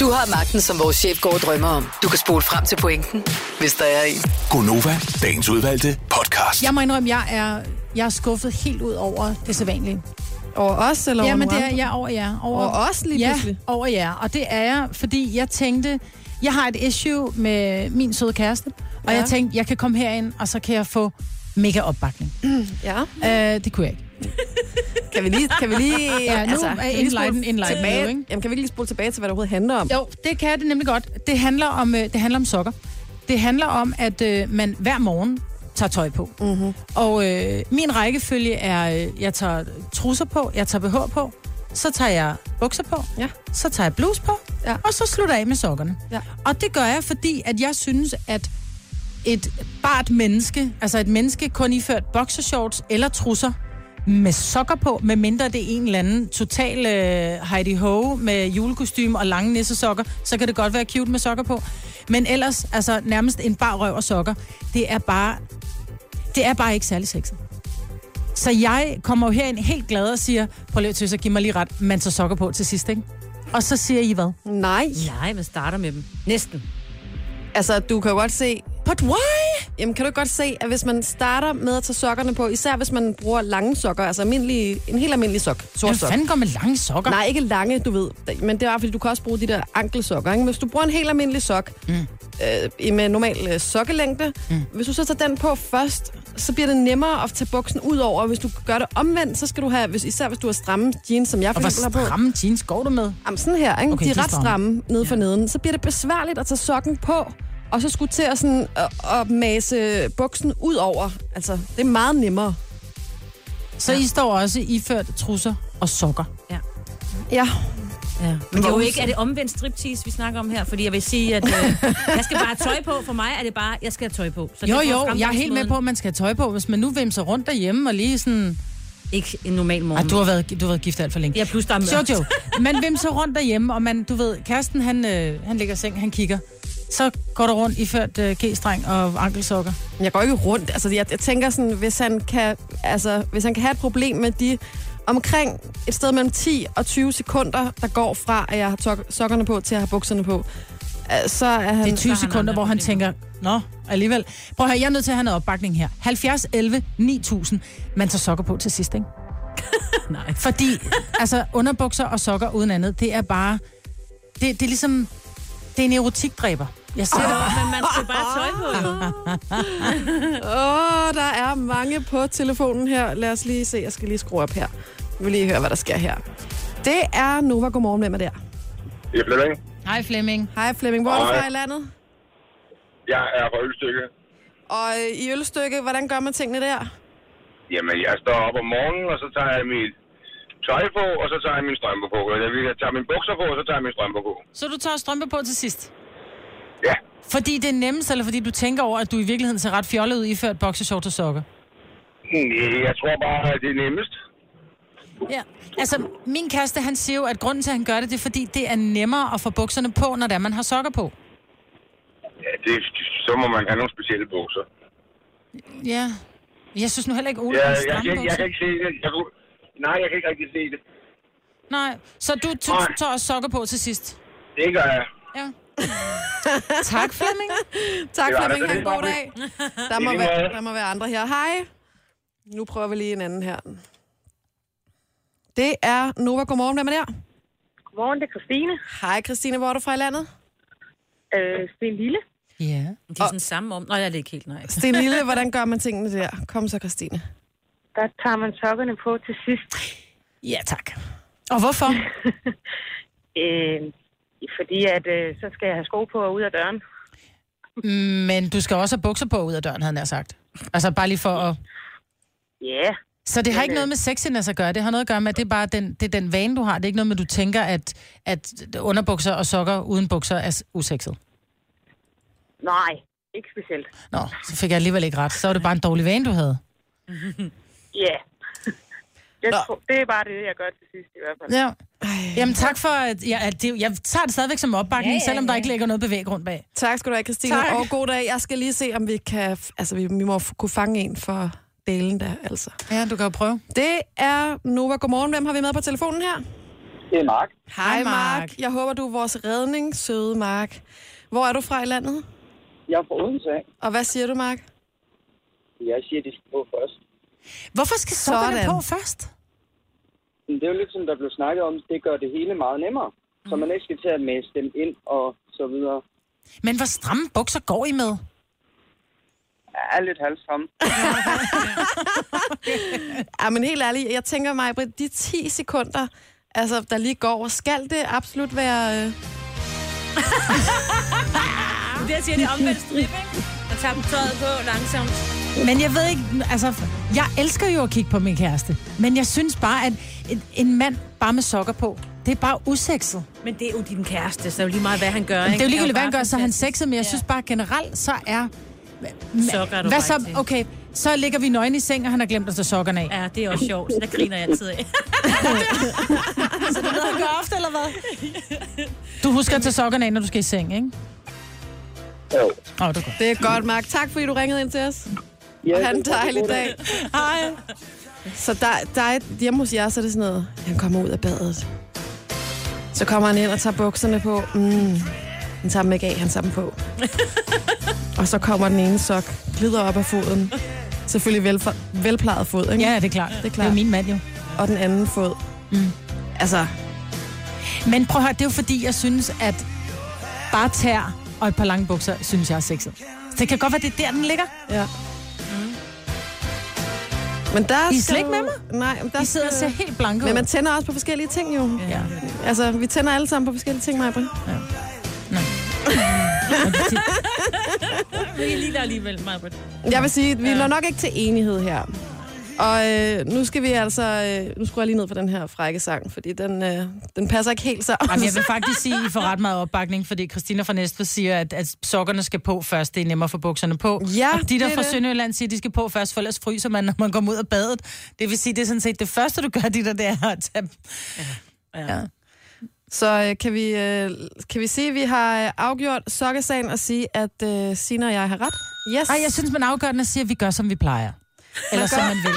Speaker 5: Du har magten, som vores chef går og drømmer om. Du kan spole frem til pointen, hvis der er en.
Speaker 6: Gonova, dagens udvalgte podcast.
Speaker 4: Jeg må indrømme, jeg er, jeg er skuffet helt ud over det sædvanlige.
Speaker 2: Over os, eller
Speaker 4: Ja,
Speaker 2: over
Speaker 4: men
Speaker 2: nogen
Speaker 4: det er jeg over jer. Over,
Speaker 2: Over os lige
Speaker 4: ja,
Speaker 2: pludselig?
Speaker 4: over jer. Og det er jeg, fordi jeg tænkte, jeg har et issue med min søde kæreste, og
Speaker 2: Ja.
Speaker 4: jeg tænkte, jeg kan komme herind, og så kan jeg få mega opbakning.
Speaker 2: andre?
Speaker 4: Øh, det kunne jeg ikke.
Speaker 2: Ja. Kan vi lige... Kan vi lige Altså,
Speaker 4: Ja, nu er
Speaker 2: kan vi lige
Speaker 4: enlighten-
Speaker 2: spole
Speaker 4: enlighten nu,
Speaker 2: tilbage?
Speaker 4: ikke?
Speaker 2: Jamen, kan vi ikke lige spole tilbage til, hvad det overhovedet handler om?
Speaker 4: Jo, det kan det nemlig godt. Det handler om, øh, det handler om sokker. Det handler om, at øh, man hver morgen tager tøj på. Mm-hmm. Og øh, min rækkefølge er, øh, jeg tager trusser på, jeg tager BH på, så tager jeg bukser på,
Speaker 2: Ja.
Speaker 4: så tager jeg bluse på,
Speaker 2: Ja.
Speaker 4: og så slutter jeg af med sokkerne.
Speaker 2: Ja.
Speaker 4: Og det gør jeg, fordi at jeg synes, at et bart menneske, altså et menneske kun iført boxershorts eller trusser, med sokker på, med mindre det er en eller anden total øh, Heidi Ho med julekostume og lange nissesokker, så kan det godt være cute med sokker på. Men ellers, altså nærmest en bar røv og sokker, det er bare, det er bare ikke særlig sexet. Så jeg kommer jo herind helt glad og siger, prøv lige at tøse, giv mig lige ret, man tager sokker på til sidst, ikke? Og så siger I hvad?
Speaker 2: Nej.
Speaker 3: Nej, man starter med dem. Næsten.
Speaker 2: Altså, du kan jo godt se...
Speaker 4: But why?
Speaker 2: Jamen, kan du ikke godt se, at hvis man starter med at tage sokkerne på, især hvis man bruger lange sokker, altså almindelige, en helt almindelig sok, sort
Speaker 4: Hvad
Speaker 2: sok.
Speaker 4: fanden går med lange sokker?
Speaker 2: Nej, ikke lange, du ved. Men det er bare, fordi du kan også bruge de der ankelsokker. Ikke? Hvis du bruger en helt almindelig sok, mm. øh, med normal øh, sokkelængde, mm. hvis du så tager den på først, så bliver det nemmere at tage buksen ud over. Og Hvis du gør det omvendt, så skal du have, hvis, især hvis du har stramme jeans, som jeg for
Speaker 4: Og hvor
Speaker 2: eksempel har på.
Speaker 4: stramme jeans går du med?
Speaker 2: Jamen sådan her, ikke?
Speaker 4: Okay,
Speaker 2: Okay, de
Speaker 4: de
Speaker 2: er
Speaker 4: er
Speaker 2: ret
Speaker 4: stramme.
Speaker 2: stramme nede for neden. Så bliver det besværligt at tage sokken på, og så skulle til at, sådan, at, at mase buksen ud over. Altså, det er meget nemmere.
Speaker 4: Så I står også iført trusser og sokker.
Speaker 2: Ja,
Speaker 3: Ja. Men det er jo ikke, er det omvendt striptease, vi snakker om her? Fordi jeg vil sige, at øh, jeg skal bare have tøj på. For mig er det bare, jeg skal have tøj på. Så
Speaker 4: Jo,
Speaker 3: det er for
Speaker 4: jo, jeg er helt med
Speaker 3: fremgangsmåden.
Speaker 4: på, at man skal have tøj på, hvis man nu vimser rundt derhjemme og lige sådan...
Speaker 3: Ikke en normal morgen.
Speaker 4: Ej, du har været, du har været gift alt for længe.
Speaker 3: Ja, plus der er mørkt.
Speaker 4: Jojo, man vimser rundt derhjemme, og man, du ved, kæresten, han, øh, han ligger i seng, han kigger. Så går der rundt iført øh, g-streng og ankelsokker.
Speaker 2: Jeg går ikke rundt. Altså, jeg, jeg tænker sådan, hvis han, kan, altså, hvis han kan have et problem med de omkring et sted mellem 10 og 20 sekunder, der går fra, at jeg har tok- sokkerne på, til at jeg har bukserne på, øh, så er han...
Speaker 4: Det er 20
Speaker 3: har han
Speaker 4: sekunder,
Speaker 3: andre
Speaker 4: hvor han
Speaker 3: problemer.
Speaker 4: tænker, nå, alligevel. Prøv at høre, jeg er nødt til at have noget opbakning her. 70, 11, 9000. Man tager sokker på til sidst, ikke?
Speaker 3: Nej.
Speaker 4: Fordi, altså, underbukser og sokker uden andet, det er bare... Det, det er ligesom... Det er en erotikdræber. Jeg ser det.
Speaker 3: Men man skal bare have tøj på, jo.
Speaker 2: Åh, der er mange på telefonen her. Lad os lige se. Jeg skal lige skrue op her. Vi vil lige høre, hvad der sker her. Det er Nova. Godmorgen. Hvem er der?
Speaker 11: Jeg er Flemming.
Speaker 4: Hej, Flemming.
Speaker 2: Hej Flemming. Hvor er du
Speaker 11: Hej.
Speaker 2: fra i landet?
Speaker 11: Jeg er fra Ølstykke.
Speaker 2: Og øh, i ølstykke, hvordan gør man tingene der?
Speaker 11: Jamen, jeg står op om morgenen, og så tager jeg mit tøj på, og så tager jeg min strømper på. Eller jeg tager mine bukser på, og så tager jeg min strømper på.
Speaker 4: Så du tager strømpe på til sidst?
Speaker 11: Ja,
Speaker 4: Fordi det er nemmest, eller fordi du tænker over, at du i virkeligheden ser ret fjollet ud iført boxershorts og sokker?
Speaker 11: Nej, hmm, jeg tror bare, at det er nemmest.
Speaker 4: Ja. Altså, min kæreste, han siger jo, at grunden til, at han gør det, det er, fordi det er nemmere at få bukserne på, når det er, man har sokker på.
Speaker 11: Ja, det, så må man have nogle specielle bukser.
Speaker 4: Ja. Jeg synes nu heller ikke, Ole
Speaker 11: Ja,
Speaker 4: har
Speaker 11: jeg, jeg,
Speaker 4: stramme
Speaker 11: jeg, jeg
Speaker 4: bukser.
Speaker 11: kan ikke se det. Jeg kunne... Nej, jeg kan ikke rigtig se det.
Speaker 4: Nej, så du t-
Speaker 11: Nej.
Speaker 4: tager også sokker på til sidst.
Speaker 11: Det gør jeg.
Speaker 4: Ja. tak, Flemming.
Speaker 2: Tak
Speaker 11: Det var
Speaker 2: Flemming.
Speaker 11: det.
Speaker 2: Ha' en god dag. Der må,
Speaker 11: I lige
Speaker 2: være,
Speaker 11: måde.
Speaker 2: der må være andre her. Hej. Nu prøver vi lige en anden her. Det er Nova. Godmorgen. Hvem er der?
Speaker 12: Godmorgen, det er Christine.
Speaker 2: Hej Christine. Hvor er du fra i landet?
Speaker 12: Øh, Sten Lille.
Speaker 4: Ja.
Speaker 3: Det er sådan samme om. Nå, jeg er ikke helt nej.
Speaker 2: Sten Lille, hvordan gør man tingene der? Kom så, Christine.
Speaker 12: Der tager man sokkerne på til sidst,
Speaker 4: Ja, tak. Og hvorfor?
Speaker 12: øh, fordi at, øh, så skal jeg have sko på og ud af døren.
Speaker 4: Men du skal også have bukser på ud af døren, havde han nær sagt. Altså bare lige for at...
Speaker 12: Ja,
Speaker 4: Så det har
Speaker 12: Men,
Speaker 4: ikke
Speaker 12: øh,
Speaker 4: noget med sexiness at gøre. Det har noget at gøre med, at det er bare den, det er den vane, du har. Det er ikke noget med, at du tænker, at, at underbukser og sokker uden bukser er s- usexet.
Speaker 12: nej, ikke specielt.
Speaker 4: Nå, så fik jeg alligevel ikke ret. Så var det bare en dårlig vane, du havde.
Speaker 12: Ja. Jeg
Speaker 2: Nå.
Speaker 12: tror, det er bare det, jeg gør til sidst i hvert fald.
Speaker 4: Ja. Jamen tak for, at jeg, at det, jeg tager det stadigvæk som opbakning, ja,
Speaker 3: Ja,
Speaker 4: ja,
Speaker 3: ja,
Speaker 4: selvom der
Speaker 3: ja.
Speaker 4: ikke ligger noget bevæggrund bag.
Speaker 2: Tak skal du have, Christine.
Speaker 4: Tak.
Speaker 2: Og god dag. Jeg skal lige se, om vi kan... Altså, vi, vi må f- kunne fange en for delen der, altså.
Speaker 4: Ja, du kan jo prøve.
Speaker 2: Det er Nova. Godmorgen. Hvem har vi med på telefonen her?
Speaker 13: Det er Mark.
Speaker 2: Hej, Mark. Jeg håber, du er vores redning, søde Mark. Hvor er du fra i landet?
Speaker 13: Jeg er fra Odense. af.
Speaker 2: Og hvad siger du, Mark?
Speaker 13: Jeg siger, de skal på først.
Speaker 4: Hvorfor skal sokkerne
Speaker 2: Sådan.
Speaker 4: på først?
Speaker 13: Men det er jo lidt som der blev snakket om, det gør det hele meget nemmere. Så man ikke skal til at mase dem ind og så videre.
Speaker 4: Men hvor stramme bukser går I med?
Speaker 13: Jeg er lidt halvstram.
Speaker 2: Ja, men helt ærligt, jeg tænker mig, Britt, de 10 sekunder, altså, der lige går, skal det absolut være... Øh...
Speaker 3: Det er, jeg siger, det er omvendt strip, ikke? Og tager tøjet på langsomt.
Speaker 4: Men jeg ved ikke, altså, jeg elsker jo at kigge på min kæreste. Men jeg synes bare, at en, en mand bare med sokker på, det er bare usexet.
Speaker 3: Men det er jo din kæreste, så det er jo lige meget, hvad han gør. Ikke?
Speaker 4: Det er jo ligegyldigt, hvad han
Speaker 3: bare
Speaker 4: gør, så er han
Speaker 3: fantastisk.
Speaker 4: sexet, men jeg synes bare generelt, så er...
Speaker 3: Sokker er du
Speaker 4: Hvad
Speaker 3: bare
Speaker 4: så?
Speaker 3: ikke til.
Speaker 4: Okay, så ligger vi nøgne i seng, og han har glemt at tage sokkerne af.
Speaker 3: Ja, det er også sjovt, så der griner jeg altid af.
Speaker 4: så
Speaker 3: Altså,
Speaker 4: du ved, han gør ofte, eller hvad? Du husker at tage sokkerne af, når du skal i seng, ikke?
Speaker 13: Jo.
Speaker 4: Åh, oh, det er godt.
Speaker 2: Det er godt, Mark. Tak, fordi du ringede ind til os.
Speaker 13: Ja,
Speaker 2: Ja, og han en
Speaker 13: det er
Speaker 2: dejlig
Speaker 13: godt.
Speaker 2: dag. Hej. Så der, der er et, hjemme hos jer, så er det sådan noget, han kommer ud af badet. Så kommer han hen og tager bukserne på. Mm. Han tager dem ikke af, han tager dem på. og så kommer den ene sok, glider op af foden. Selvfølgelig vel, velplejet fod, ikke?
Speaker 4: Ja, det er klart.
Speaker 2: Det er klart.
Speaker 4: Det er min mand jo.
Speaker 2: Og den anden fod.
Speaker 4: Mm.
Speaker 2: Altså.
Speaker 4: Men prøv at høre, det er jo fordi, jeg synes, at bare tær og et par lange bukser, synes jeg er sexet. Så det kan godt være, det er der, den ligger.
Speaker 2: Ja. Men der
Speaker 4: Mm. I er
Speaker 2: skal
Speaker 4: slet ikke
Speaker 2: du-
Speaker 4: med mig?
Speaker 2: Nej, men der
Speaker 4: I sidder og ser helt blanke
Speaker 2: Men
Speaker 4: ud.
Speaker 2: man tænder også på forskellige ting jo. Ja. Altså, vi tænder alle sammen på forskellige ting, Maja. Ja.
Speaker 3: Vi kan lide dig alligevel, Marbert.
Speaker 2: Jeg vil sige, at vi ja. når nok ikke til enighed her. Og øh, nu skal vi altså... Øh, nu skruer jeg lige ned for den her frække sang, fordi den, øh, den passer ikke helt så.
Speaker 4: Jamen, jeg vil faktisk sige, at I får ret meget opbakning, fordi Christina fra Næstved siger, at, at sokkerne skal på først. Det er nemmere at få bukserne på.
Speaker 2: Ja,
Speaker 4: og de
Speaker 2: det
Speaker 4: der
Speaker 2: er
Speaker 4: fra
Speaker 2: det.
Speaker 4: Sønderjylland siger, at de skal på først, for ellers fryser man, når man kommer ud af badet. Det vil sige, det er sådan set det første, du gør, de der, det er at tage...
Speaker 2: Ja. Så øh, kan, vi, øh, kan vi sige, at vi har øh, afgjort sokkesagen og sige, at øh, Sina og jeg har ret? Yes.
Speaker 4: Ej, jeg synes, man afgørende siger, at vi gør, som vi plejer. Eller som
Speaker 2: gør-
Speaker 4: man vil.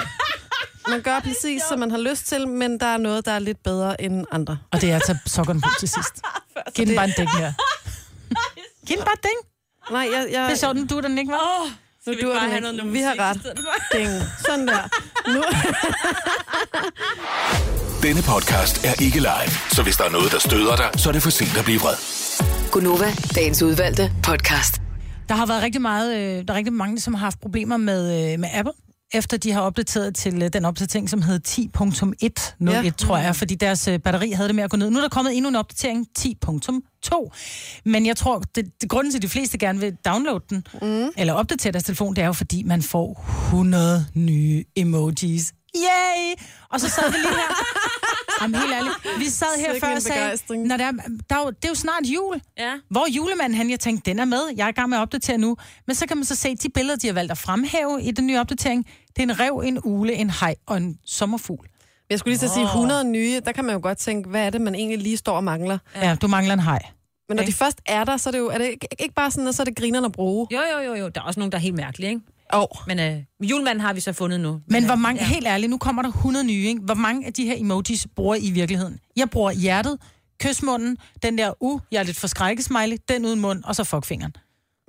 Speaker 2: Man gør præcis, som man har lyst til, men der er noget, der er lidt bedre end andre.
Speaker 4: Og det er at tage sokkerne på til sidst. Giv den bare en dæk her. Giv den bare et dæk.
Speaker 2: Nej, jeg... jeg...
Speaker 4: Det er sjovt, den du den ikke var. Oh,
Speaker 2: Nu dur den ikke. Vi har ret. Ding. Sådan der. Nu...
Speaker 6: Denne podcast er ikke live, så hvis der er noget, der støder dig, så er det for sent at blive vred.
Speaker 5: Gunova, dagens udvalgte podcast.
Speaker 4: Der har været rigtig meget, øh, der er rigtig mange, som har haft problemer med, øh, med Apple efter de har opdateret til øh, den opdatering, som hed 10.1.01,
Speaker 8: Ja.
Speaker 4: ja. tror jeg, fordi deres øh, batteri havde det med at gå ned. Nu er der kommet endnu en opdatering, 10.2. Men jeg tror, det, det grunden til, at de fleste gerne vil downloade den, mm. eller opdatere deres telefon, det er jo, fordi man får 100 nye emojis. Yay! Og så sad vi lige her. Jamen helt ærligt, vi sad her
Speaker 2: Sikke
Speaker 4: før
Speaker 2: en
Speaker 4: og sagde,
Speaker 2: begejstring.
Speaker 4: når der, er- der, er jo- det er jo snart jul. Ja. Hvor er julemanden han, jeg tænkte, den er med. Jeg er i gang med at opdatere nu. Men så kan man så se, de billeder, de har valgt at fremhæve i den nye opdatering, det er en rev, en ule, en hej og en sommerfugl.
Speaker 2: Jeg skulle lige så sige 100 nye, der kan man jo godt tænke, hvad er det, man egentlig lige står og mangler?
Speaker 4: Ja, du mangler en hej.
Speaker 2: Men når de først er der, så er det jo er det ikke- ikke bare sådan, at så er det grinerne at bruge.
Speaker 3: Jo, jo, jo, jo. Der er også nogen, der er helt mærkelige, ikke?
Speaker 2: Oh.
Speaker 3: Men øh, julemanden har vi så fundet nu.
Speaker 4: Men hvor mange, ja. helt ærligt, nu kommer der 100 nye, ikke? Hvor mange af de her emojis bruger I i virkeligheden? Jeg bruger hjertet, kysmunden, den der u, uh, jeg er lidt forskrækket smiley, den uden mund, og så fuckfingeren.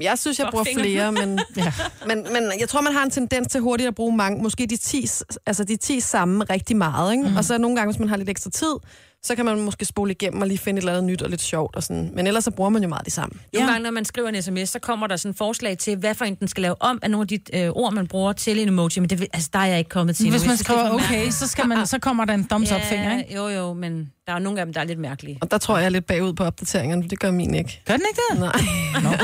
Speaker 2: Jeg synes, jeg bruger
Speaker 4: Fuck
Speaker 2: flere,
Speaker 4: fingeren.
Speaker 2: men,
Speaker 4: ja.
Speaker 2: men, men jeg tror, man har en tendens til hurtigt at bruge mange. Måske de 10, altså de 10 samme rigtig meget,
Speaker 4: Mhm.
Speaker 2: ikke? Mm. Og så nogle gange, hvis man har lidt ekstra tid, så kan man måske spole igennem og lige finde et eller andet nyt og lidt sjovt og sådan. Men ellers så bruger man jo meget de samme.
Speaker 3: Nogle gange, når man skriver en sms, så kommer der sådan et forslag til, hvad for en den skal lave om af nogle af de øh, ord, man bruger til en emoji. Men det, vil- altså, der er jeg ikke kommet til. endnu.
Speaker 4: Hvis
Speaker 3: Jeg
Speaker 4: man
Speaker 3: synes, det er
Speaker 4: skriver
Speaker 3: for
Speaker 4: okay,
Speaker 3: mærkeligt.
Speaker 4: så, skal man, så kommer der en thumbs up finger, ikke?
Speaker 3: Jo, jo, men der er nogle af dem, der er lidt mærkelige.
Speaker 2: Og der tror jeg, jeg er lidt bagud på opdateringerne, for det gør min ikke.
Speaker 4: Gør den ikke det?
Speaker 2: Nej.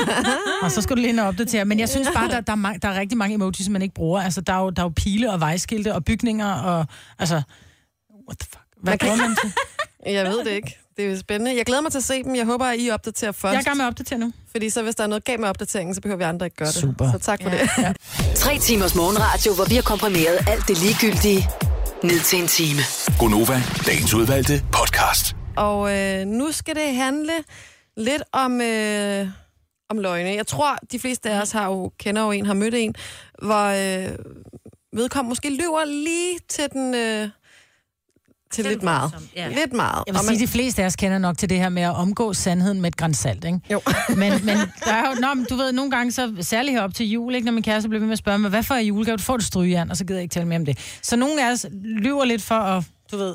Speaker 4: Og så skal du lige ind og opdatere. Men jeg synes bare, der, der, er, mange, der er rigtig mange emojis, man ikke bruger. Altså, der er jo, der er jo pile og vejskilte og bygninger og... Altså, what the fuck? Hvad
Speaker 2: Man kan-
Speaker 4: bruger man til?
Speaker 2: Jeg ved det ikke. Det er jo spændende. Jeg glæder mig til at se dem. Jeg håber, at I opdaterer først.
Speaker 4: Jeg er i gang med at opdatere nu.
Speaker 2: Fordi så hvis der er noget galt med opdateringen, så behøver vi andre ikke gøre det.
Speaker 4: Super.
Speaker 2: Så tak for ja. det.
Speaker 5: Tre timers morgenradio, hvor vi har komprimeret alt det ligegyldige ned til en time.
Speaker 6: Gonova, dagens udvalgte podcast.
Speaker 2: Og øh, nu skal det handle lidt om, øh, om løgne. Jeg tror, de fleste af os har jo, kender jo en, har mødt en, hvor øh, vedkommende måske lyver lige til den... Øh, til lidt meget. Ja. Lidt meget.
Speaker 4: Jeg vil
Speaker 2: Og
Speaker 4: sige, de fleste af os kender nok til det her med at omgå sandheden med et grænsalt, ikke? Jo. men, men, der er jo, nå, men du ved, nogle gange, så særligt herop til jul, ikke, når min kæreste bliver ved med at spørge mig, hvad for er julegave? Du får et strygejern, og så gider jeg ikke tale mere om det. Så nogle af os lyver lidt for at, du ved...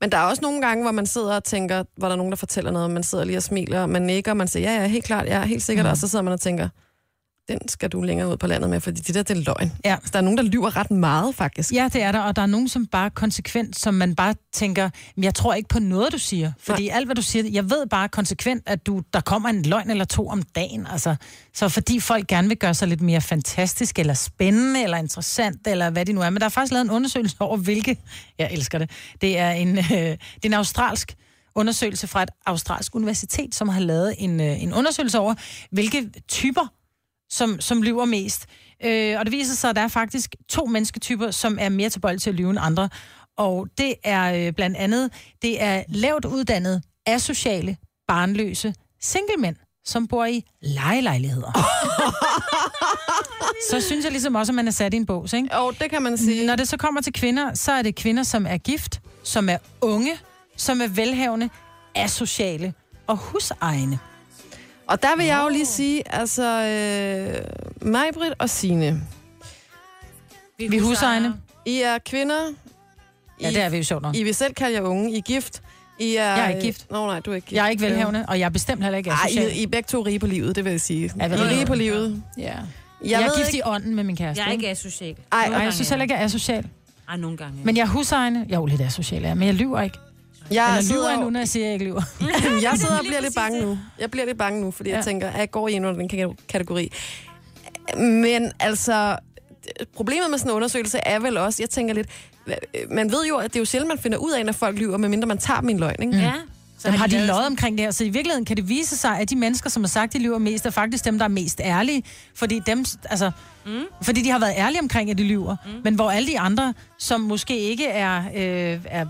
Speaker 2: Men der er også nogle gange, hvor man sidder og tænker, hvor der er nogen, der fortæller noget, og man sidder lige og smiler, og man nikker, og man siger, ja, ja, helt klart, ja, helt sikkert, mm. og så sidder man og tænker, den skal du længere ud på landet med, fordi det der, det er løgn.
Speaker 4: Ja.
Speaker 2: Så der er nogen, der lyver ret meget, faktisk.
Speaker 4: Ja, det er der, og der er nogen, som bare er konsekvent, som man bare tænker, "Men jeg tror ikke på noget, du siger. Fordi Nej. alt, hvad du siger, jeg ved bare konsekvent, at du, der kommer en løgn eller to om dagen. Altså. Så fordi folk gerne vil gøre sig lidt mere fantastisk, eller spændende, eller interessant, eller hvad det nu er. Men der er faktisk lavet en undersøgelse over, hvilke... Jeg elsker det. Det er en, øh, det er en australsk undersøgelse fra et australsk universitet, som har lavet en, øh, en undersøgelse over, hvilke typer som, som lyver mest. Øh, og det viser sig, at der er faktisk to mennesketyper, som er mere tilbøjelige til at lyve end andre. Og det er øh, blandt andet, det er lavt uddannede, asociale, barnløse singlemænd, som bor i lejelejligheder. så synes jeg ligesom også, at man er sat i en bås, ikke?
Speaker 2: Jo, det kan man sige.
Speaker 4: Når det så kommer til kvinder, så er det kvinder, som er gift, som er unge, som er velhavende, asociale og husegne.
Speaker 2: Og der vil jeg jo lige sige, altså, øh, Majbrit og Sine.
Speaker 4: Vi, vi husegne.
Speaker 2: I er kvinder.
Speaker 4: Ja, det er vi jo sjovt nok.
Speaker 2: I vil selv kalde jer unge. I er gift. I er,
Speaker 4: Jeg er ikke gift.
Speaker 2: Nå, nej, du er ikke gift.
Speaker 4: Jeg er ikke velhavende, og jeg er bestemt heller ikke
Speaker 2: Nej,
Speaker 4: asocial.
Speaker 2: Øhm. I, I er begge to rige på livet, det vil jeg sige.
Speaker 4: Er vi
Speaker 2: I er rige
Speaker 4: rige?
Speaker 2: på livet.
Speaker 4: Ja. Jeg,
Speaker 2: Jeg
Speaker 4: jeg
Speaker 2: ved
Speaker 4: er gift
Speaker 2: ikke-
Speaker 4: ikke... i ånden med min kæreste.
Speaker 3: Jeg er ikke asocial.
Speaker 4: Ej,
Speaker 3: Nogle
Speaker 4: ej, jeg
Speaker 3: gange
Speaker 4: synes
Speaker 3: er
Speaker 4: heller ikke, jeg er asocial.
Speaker 3: Ej, nogle gange. er
Speaker 4: Men jeg er husegne. Jo, lidt asocial er jeg, men jeg lyver ikke.
Speaker 2: Ah, Jeg
Speaker 4: Eller
Speaker 2: sidder
Speaker 4: lyver jeg
Speaker 2: jo-
Speaker 4: nu, når jeg siger, at jeg ikke lyver?
Speaker 2: Jamen, jeg sidder og bliver lidt bange nu. Jeg bliver lidt bange nu, fordi ja. jeg tænker, at jeg går i en under den kate- kategori. Men altså, d- problemet med sådan en undersøgelse er vel også, jeg tænker lidt, hva- man ved jo, at det er jo sjældent, man finder ud af, når folk lyver, medmindre man tager min løgn, ikke?
Speaker 4: Ja. Så øh, har de løjet omkring det her. Så i virkeligheden kan det vise sig, at de mennesker, som har sagt, de lyver mest, er faktisk dem, der er mest ærlige. Fordi, dem, altså, mm. fordi de har været ærlige omkring, at de lyver. Mm. Men hvor alle de andre, som måske ikke er, øh, er,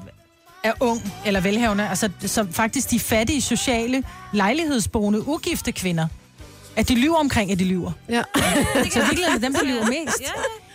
Speaker 4: er ung eller velhavende, altså som faktisk de fattige, sociale, lejlighedsboende, ugifte kvinder, at de lyver omkring, at de lyver.
Speaker 2: Ja.
Speaker 4: Så i virkeligheden er det dem, der lyver mest.
Speaker 3: Ja,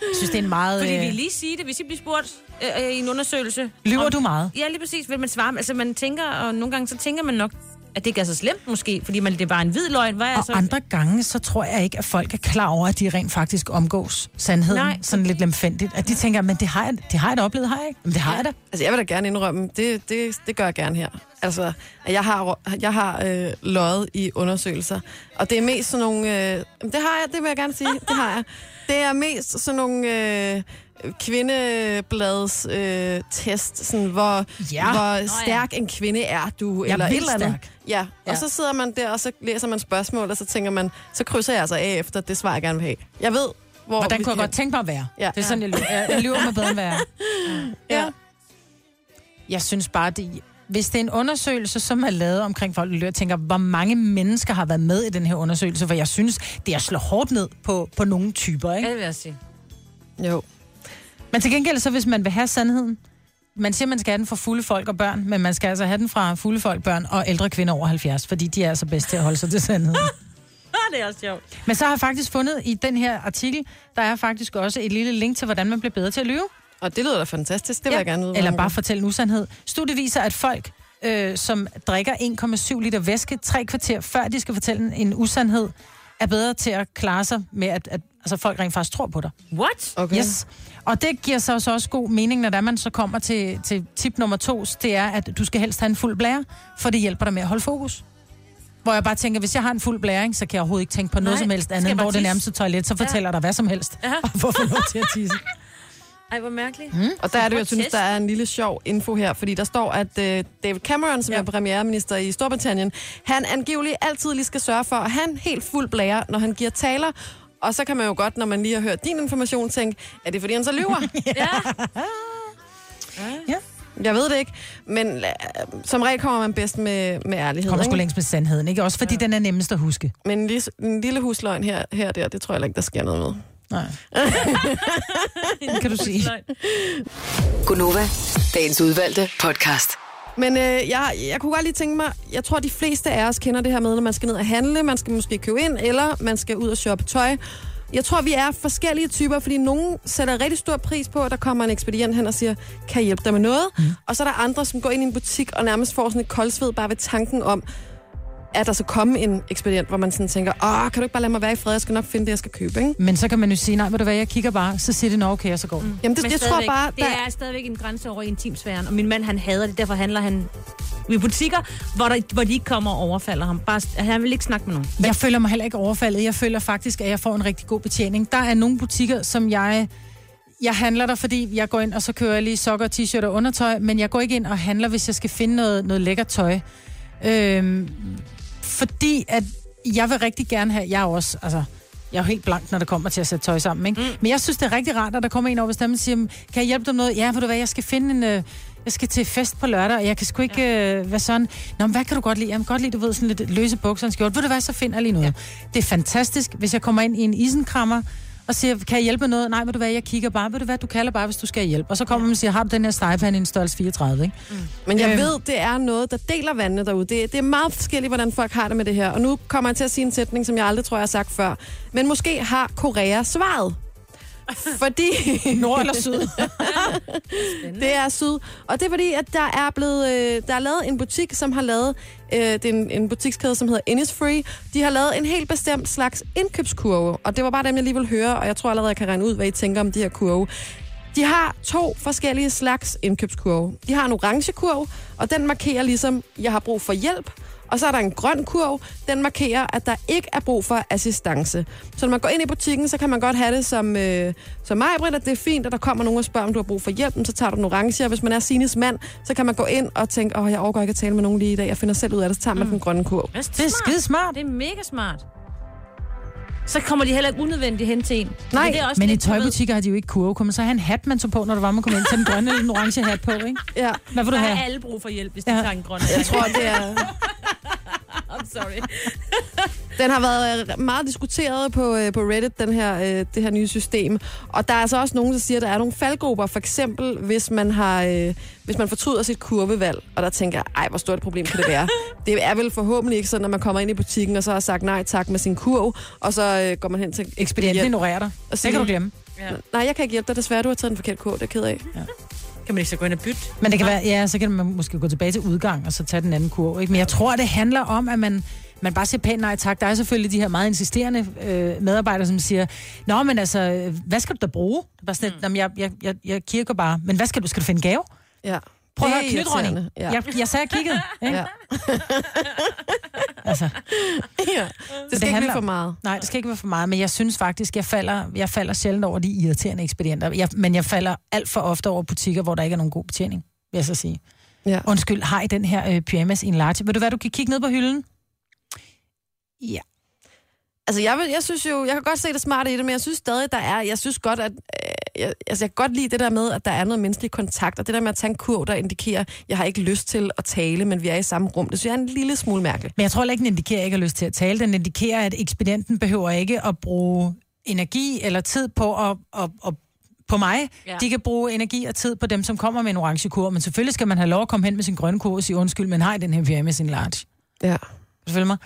Speaker 4: Jeg synes, det er en meget...
Speaker 3: Fordi vi
Speaker 4: øh,
Speaker 3: lige sige det, hvis I bliver spurgt øh, øh, i en undersøgelse.
Speaker 4: Lyver
Speaker 3: om-
Speaker 4: du meget?
Speaker 3: Ja, lige præcis, vil man svare. Altså, man tænker, og nogle gange så tænker man nok, at det ikke er så slemt måske, fordi man, det er bare en hvid løgn. Hvad er
Speaker 4: Og
Speaker 3: så?
Speaker 4: andre gange, så tror jeg ikke, at folk er klar over, at de rent faktisk omgås sandheden.
Speaker 3: Nej.
Speaker 4: Nej. Sådan lidt lemfændigt. At de tænker, men det har jeg, det har jeg da oplevet, har jeg ikke? Men det har jeg da.
Speaker 2: Altså, jeg vil da gerne indrømme, det, det, det gør jeg gerne her. Altså, at jeg har, rå- jeg har øh, løjet i undersøgelser, og det er mest sådan nogle... Øh, jamen, det har jeg, det vil jeg gerne sige, det har jeg. Det er mest sådan nogle... Øh, kvindeblads øh, test, sådan, hvor,
Speaker 4: Ja.
Speaker 2: hvor
Speaker 4: Nå ja.
Speaker 2: stærk en kvinde er du,
Speaker 4: Jeg er
Speaker 2: eller et
Speaker 4: vildt
Speaker 2: eller andet.
Speaker 4: stærk.
Speaker 2: Ja. og
Speaker 4: Ja.
Speaker 2: så sidder man der, og så læser man spørgsmål, og så tænker man, så krydser jeg altså af efter det svar, jeg gerne vil have. Jeg ved, hvor
Speaker 4: Hvordan
Speaker 2: vi
Speaker 4: kunne jeg
Speaker 2: skal-
Speaker 4: godt tænke mig at være?
Speaker 2: Ja.
Speaker 4: Det er sådan, jeg lyver. Jeg, jeg lyver mig bedre, end hvad jeg er. Ja. Jeg synes bare, det, hvis det er en undersøgelse, som er lavet omkring folk, der lyver, jeg tænker, hvor mange mennesker har været med i den her undersøgelse, for jeg synes, det er at slå hårdt ned på, på nogle typer, ikke?
Speaker 3: Ja, det vil jeg sige.
Speaker 2: Jo.
Speaker 4: Men til gengæld så, hvis man vil have sandheden, man siger, man skal have den fra fulde folk og børn, men man skal altså have den fra fulde folk, børn og ældre kvinder over 70, fordi de er altså bedst til at holde sig til sandheden.
Speaker 3: Ah, det er også sjovt.
Speaker 4: Men så har jeg faktisk fundet i den her artikel, der er faktisk også et lille link til, hvordan man bliver bedre til at lyve.
Speaker 2: Og det lyder da fantastisk, det vil jeg gerne vide,
Speaker 4: Eller
Speaker 2: hvordan
Speaker 4: bare
Speaker 2: det-
Speaker 4: fortælle en usandhed. Studiet viser, at folk, øh, som drikker 1,7 liter væske tre kvarter, før de skal fortælle en- en usandhed, er bedre til at klare sig med, at, at altså folk rent faktisk tror på dig.
Speaker 3: What?
Speaker 2: Okay.
Speaker 4: Yes. Og det giver så også, også god mening, når der man så kommer til, til tip nummer to, det er, at du skal helst have en fuld blære, for det hjælper dig med at holde fokus. Hvor jeg bare tænker, hvis jeg har en fuld blæring, så kan jeg overhovedet ikke tænke på noget
Speaker 3: Nej,
Speaker 4: Nej, som helst
Speaker 3: skal
Speaker 4: andet,
Speaker 3: jeg
Speaker 4: end
Speaker 3: bare
Speaker 4: hvor det
Speaker 3: tisse?
Speaker 4: nærmeste toilet, så
Speaker 3: Ja.
Speaker 4: fortæller dig hvad som helst.
Speaker 3: Ja.
Speaker 4: Og hvorfor lov til at tisse.
Speaker 3: Ej, hvor mærkeligt.
Speaker 4: Mm.
Speaker 2: Og der er det, jeg synes,
Speaker 3: Protest.
Speaker 2: der er en lille sjov info her, fordi der står, at øh, David Cameron, som ja. er premierminister i Storbritannien, han angivelig altid lige skal sørge for, at han helt fuld blære, når han giver taler. Og så kan man jo godt, når man lige har hørt din information, tænke, er det fordi, han så lyver?
Speaker 3: Ja.
Speaker 4: Ja.
Speaker 2: Jeg ved det ikke, men øh, som regel kommer man bedst med, med ærlighed.
Speaker 4: Kommer sgu
Speaker 2: ikke?
Speaker 4: længst med sandheden, ikke? Også fordi ja. den er nemmest at huske.
Speaker 2: Men en lille, en lille husløgn her, her og der, det tror jeg heller ikke, der sker noget med.
Speaker 4: Nej. det kan du sige.
Speaker 5: Gunova, dagens udvalgte podcast.
Speaker 2: Men øh, jeg, jeg kunne godt lige tænke mig, jeg tror, de fleste af os kender det her med, når man skal ned og handle, man skal måske købe ind, eller man skal ud og shoppe tøj. Jeg tror, vi er forskellige typer, fordi nogen sætter rigtig stor pris på, at der kommer en ekspedient hen og siger, kan jeg hjælpe dig med noget? Mm. Og så er der andre, som går ind i en butik og nærmest får sådan et koldsved bare ved tanken om, at der så komme en ekspedient, hvor man sådan tænker, åh, kan du ikke bare lade mig være i fred, jeg skal nok finde det, jeg skal købe, ikke?
Speaker 4: Men så kan man jo sige, nej, ved du hvad, jeg kigger bare, så siger det, nå okay, og så går mm.
Speaker 2: Jamen, det,
Speaker 3: Men
Speaker 2: jeg tror
Speaker 3: stadigvæk,
Speaker 2: bare,
Speaker 3: det er stadigvæk en grænse over intimsfæren, og min mand, han hader det, derfor handler han i butikker, hvor, der, hvor de ikke kommer og overfalder ham. Bare, han vil ikke snakke med nogen.
Speaker 4: Jeg føler mig heller ikke overfaldet. Jeg føler faktisk, at jeg får en rigtig god betjening. Der er nogle butikker, som jeg... Jeg handler der, fordi jeg går ind, og så kører jeg lige sokker, t-shirt og undertøj, men jeg går ikke ind og handler, hvis jeg skal finde noget, noget lækkert tøj. Øhm, fordi at jeg vil rigtig gerne have... Jeg er jo også... Altså, jeg er jo helt blank, når det kommer til at sætte tøj sammen. Ikke? Mm. Men jeg synes, det er rigtig rart, at der kommer en over stemmen og siger, "Men kan jeg hjælpe dig med noget? Ja, ved du hvad, jeg skal finde en, øh, Jeg skal til fest på lørdag, og jeg kan sgu ikke ja. øh, være sådan... Nå, men hvad kan du godt lide? Jeg kan godt lide, du ved, sådan lidt løse bukser og en skjorte. Ved du hvad, så finder jeg lige noget. Ja. Det er fantastisk, hvis jeg kommer ind i en isenkrammer og siger, kan jeg hjælpe med noget? Nej, ved du hvad, jeg kigger bare. Ved du hvad, du kalder bare, hvis du skal hjælpe. Og så kommer man og siger, har du den her stegepande i en størrelse 34, ikke? Mm.
Speaker 2: Men jeg ved, det er noget, der deler vandene derude. Det, det er meget forskelligt, hvordan folk har det med det her. Og nu kommer jeg til at sige en sætning, som jeg aldrig tror, jeg har sagt før. Men måske har Korea svaret. Fordi...
Speaker 4: Nord eller syd?
Speaker 2: det er syd. Og det er fordi, at der er blevet øh, der er lavet en butik, som har lavet... Øh, det er en, en butikskæde, som hedder Innisfree. De har lavet en helt bestemt slags indkøbskurve. Og det var bare dem, jeg lige ville høre, og jeg tror allerede, jeg kan regne ud, hvad I tænker om de her kurve. De har to forskellige slags indkøbskurve. De har en orange kurv, og den markerer ligesom, jeg har brug for hjælp. Og så er der en grøn kurv, den markerer, at der ikke er brug for assistance. Så når man går ind i butikken, så kan man godt have det som, øh, som mig, Britt, at det er fint, at der kommer nogen og spørger, om du har brug for hjælp, så tager du den orange. Og hvis man er Sines mand, så kan man gå ind og tænke, åh, jeg overgår ikke at tale med nogen lige i dag, jeg finder selv ud af det, så tager man mm. den grønne kurv.
Speaker 3: Det er, det er skide smart. Det er mega smart. Så kommer de heller ikke unødvendigt hen til en.
Speaker 4: Nej,
Speaker 3: Men det er også
Speaker 4: men i
Speaker 3: lidt, du ved-
Speaker 4: tøjbutikker har de jo ikke kurve. Kommer så have en hat, man tog på, når du var med at komme ind til den grønne eller den orange hat på, ikke?
Speaker 2: Ja.
Speaker 4: Hvad vil du
Speaker 3: Der er
Speaker 4: have?
Speaker 3: alle brug for hjælp, hvis de
Speaker 4: Ja.
Speaker 3: tager en grøn.
Speaker 4: Jeg tror, det
Speaker 2: er-
Speaker 3: I'm sorry.
Speaker 2: Den har været øh, meget diskuteret på, øh, på Reddit, den her, øh, det her nye system. Og der er altså også nogen, der siger, at der er nogle faldgrupper. For eksempel, hvis man, har, øh, hvis man fortryder sit kurvevalg, og der tænker, ej, hvor stort et problem kan det være? det er vel forhåbentlig ikke sådan, at man kommer ind i butikken, og så har sagt nej tak med sin kurv, og så øh, går man hen til...
Speaker 4: Ekspedienten
Speaker 2: hjælp.
Speaker 4: ignorerer dig.
Speaker 2: Og
Speaker 4: Det
Speaker 2: siger,
Speaker 4: kan du glemme.
Speaker 3: Ja.
Speaker 2: Nej, jeg kan ikke hjælpe dig. Desværre, du har taget en forkert kurv. Det er jeg ked af.
Speaker 4: Ja.
Speaker 3: Kan man ikke så gå ind og bytte?
Speaker 4: Men det kan være, ja, så kan man måske gå tilbage til udgang, og så tage den anden kurv, ikke? Men jeg tror, det handler om, at man, man bare siger pænt nej tak. Der er selvfølgelig de her meget insisterende øh, medarbejdere, som siger, Nå, men altså, øh, hvad skal du da bruge? Det er bare sådan, mm. jeg, jeg, jeg, jeg kirker bare. Men hvad skal du? Skal du finde gave?
Speaker 2: Ja.
Speaker 4: Prøv at
Speaker 2: Det er
Speaker 4: høre, knytronning.
Speaker 2: irriterende,
Speaker 4: Ja.
Speaker 2: ja.
Speaker 4: Jeg, jeg sagde, jeg kiggede. Ikke?
Speaker 2: Ja.
Speaker 4: altså.
Speaker 2: ja. Det skal ikke
Speaker 4: handler
Speaker 2: blive for
Speaker 4: om-
Speaker 2: meget.
Speaker 4: Nej, det skal ikke være for meget, men jeg synes faktisk, jeg falder, jeg falder sjældent over de irriterende ekspedienter. Jeg, men jeg falder alt for ofte over butikker, hvor der ikke er nogen god betjening, vil jeg så sige.
Speaker 2: Ja.
Speaker 4: Undskyld, har I den her øh, pyjamas i en large? Ved du hvad, du kan kigge ned på hylden? Ja.
Speaker 2: Altså, jeg, vil, jeg synes jo, jeg kan godt se det smarte i det, men jeg synes stadig, der er, jeg synes godt, at, øh, jeg, altså, jeg kan godt lide det der med, at der er noget menneskelig kontakt, og det der med at tage en kurv, der indikerer, jeg har ikke lyst til at tale, men vi er i samme rum, det synes jeg er en lille smule mærkeligt.
Speaker 4: Men jeg tror heller ikke, den indikerer, at jeg ikke har lyst til at tale. Den indikerer, at ekspedienten behøver ikke at bruge energi eller tid på at, at, at på mig.
Speaker 2: Ja.
Speaker 4: Ja. De kan bruge energi og tid på dem, som kommer med en orange kur, men selvfølgelig skal man have lov at komme hen med sin grønne kur og sige undskyld, men har I den her pyjamas i en large?
Speaker 2: Ja.
Speaker 4: Selvfølgelig mig.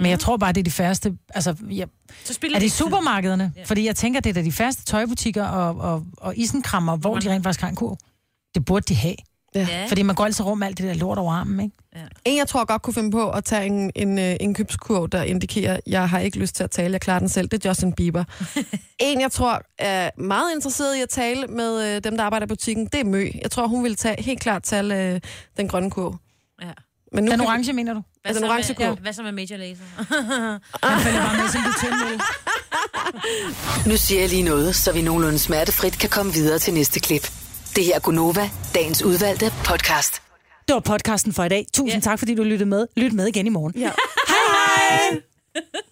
Speaker 4: Men jeg tror bare, det er de færreste... Altså, jeg,
Speaker 3: Så Altså,
Speaker 4: er det i supermarkederne? Ja. Fordi jeg tænker, det er da de færreste tøjbutikker og, og, og isenkrammer, hvor de rent faktisk har en kurv. Det burde de have.
Speaker 2: Ja.
Speaker 4: Fordi man går altid rum med alt det der lort over armen, ikke?
Speaker 2: En, jeg tror godt kunne finde på at tage en, en øh, indkøbskurv, der indikerer, jeg har ikke lyst til at tale, jeg klarer den selv, det er Justin Bieber. en, jeg tror er meget interesseret i at tale med øh, dem, der arbejder i butikken, det er Mø. Jeg tror, hun ville tage, helt klart tage øh, den grønne kurv.
Speaker 3: Ja.
Speaker 2: Men nu
Speaker 4: Den
Speaker 2: kan-
Speaker 4: orange, mener du?
Speaker 2: Ja, den orange kurv.
Speaker 3: med, altså, hvad så med Major Laser?
Speaker 5: Nu siger jeg lige noget, så vi nogenlunde smertefrit kan komme videre til næste klip. Det her er Gunova, dagens udvalgte podcast.
Speaker 14: Det var podcasten for i dag. Tusind yeah. tak, fordi du lyttede med. Lyt med igen i morgen.
Speaker 2: Ja.
Speaker 14: Hej hej!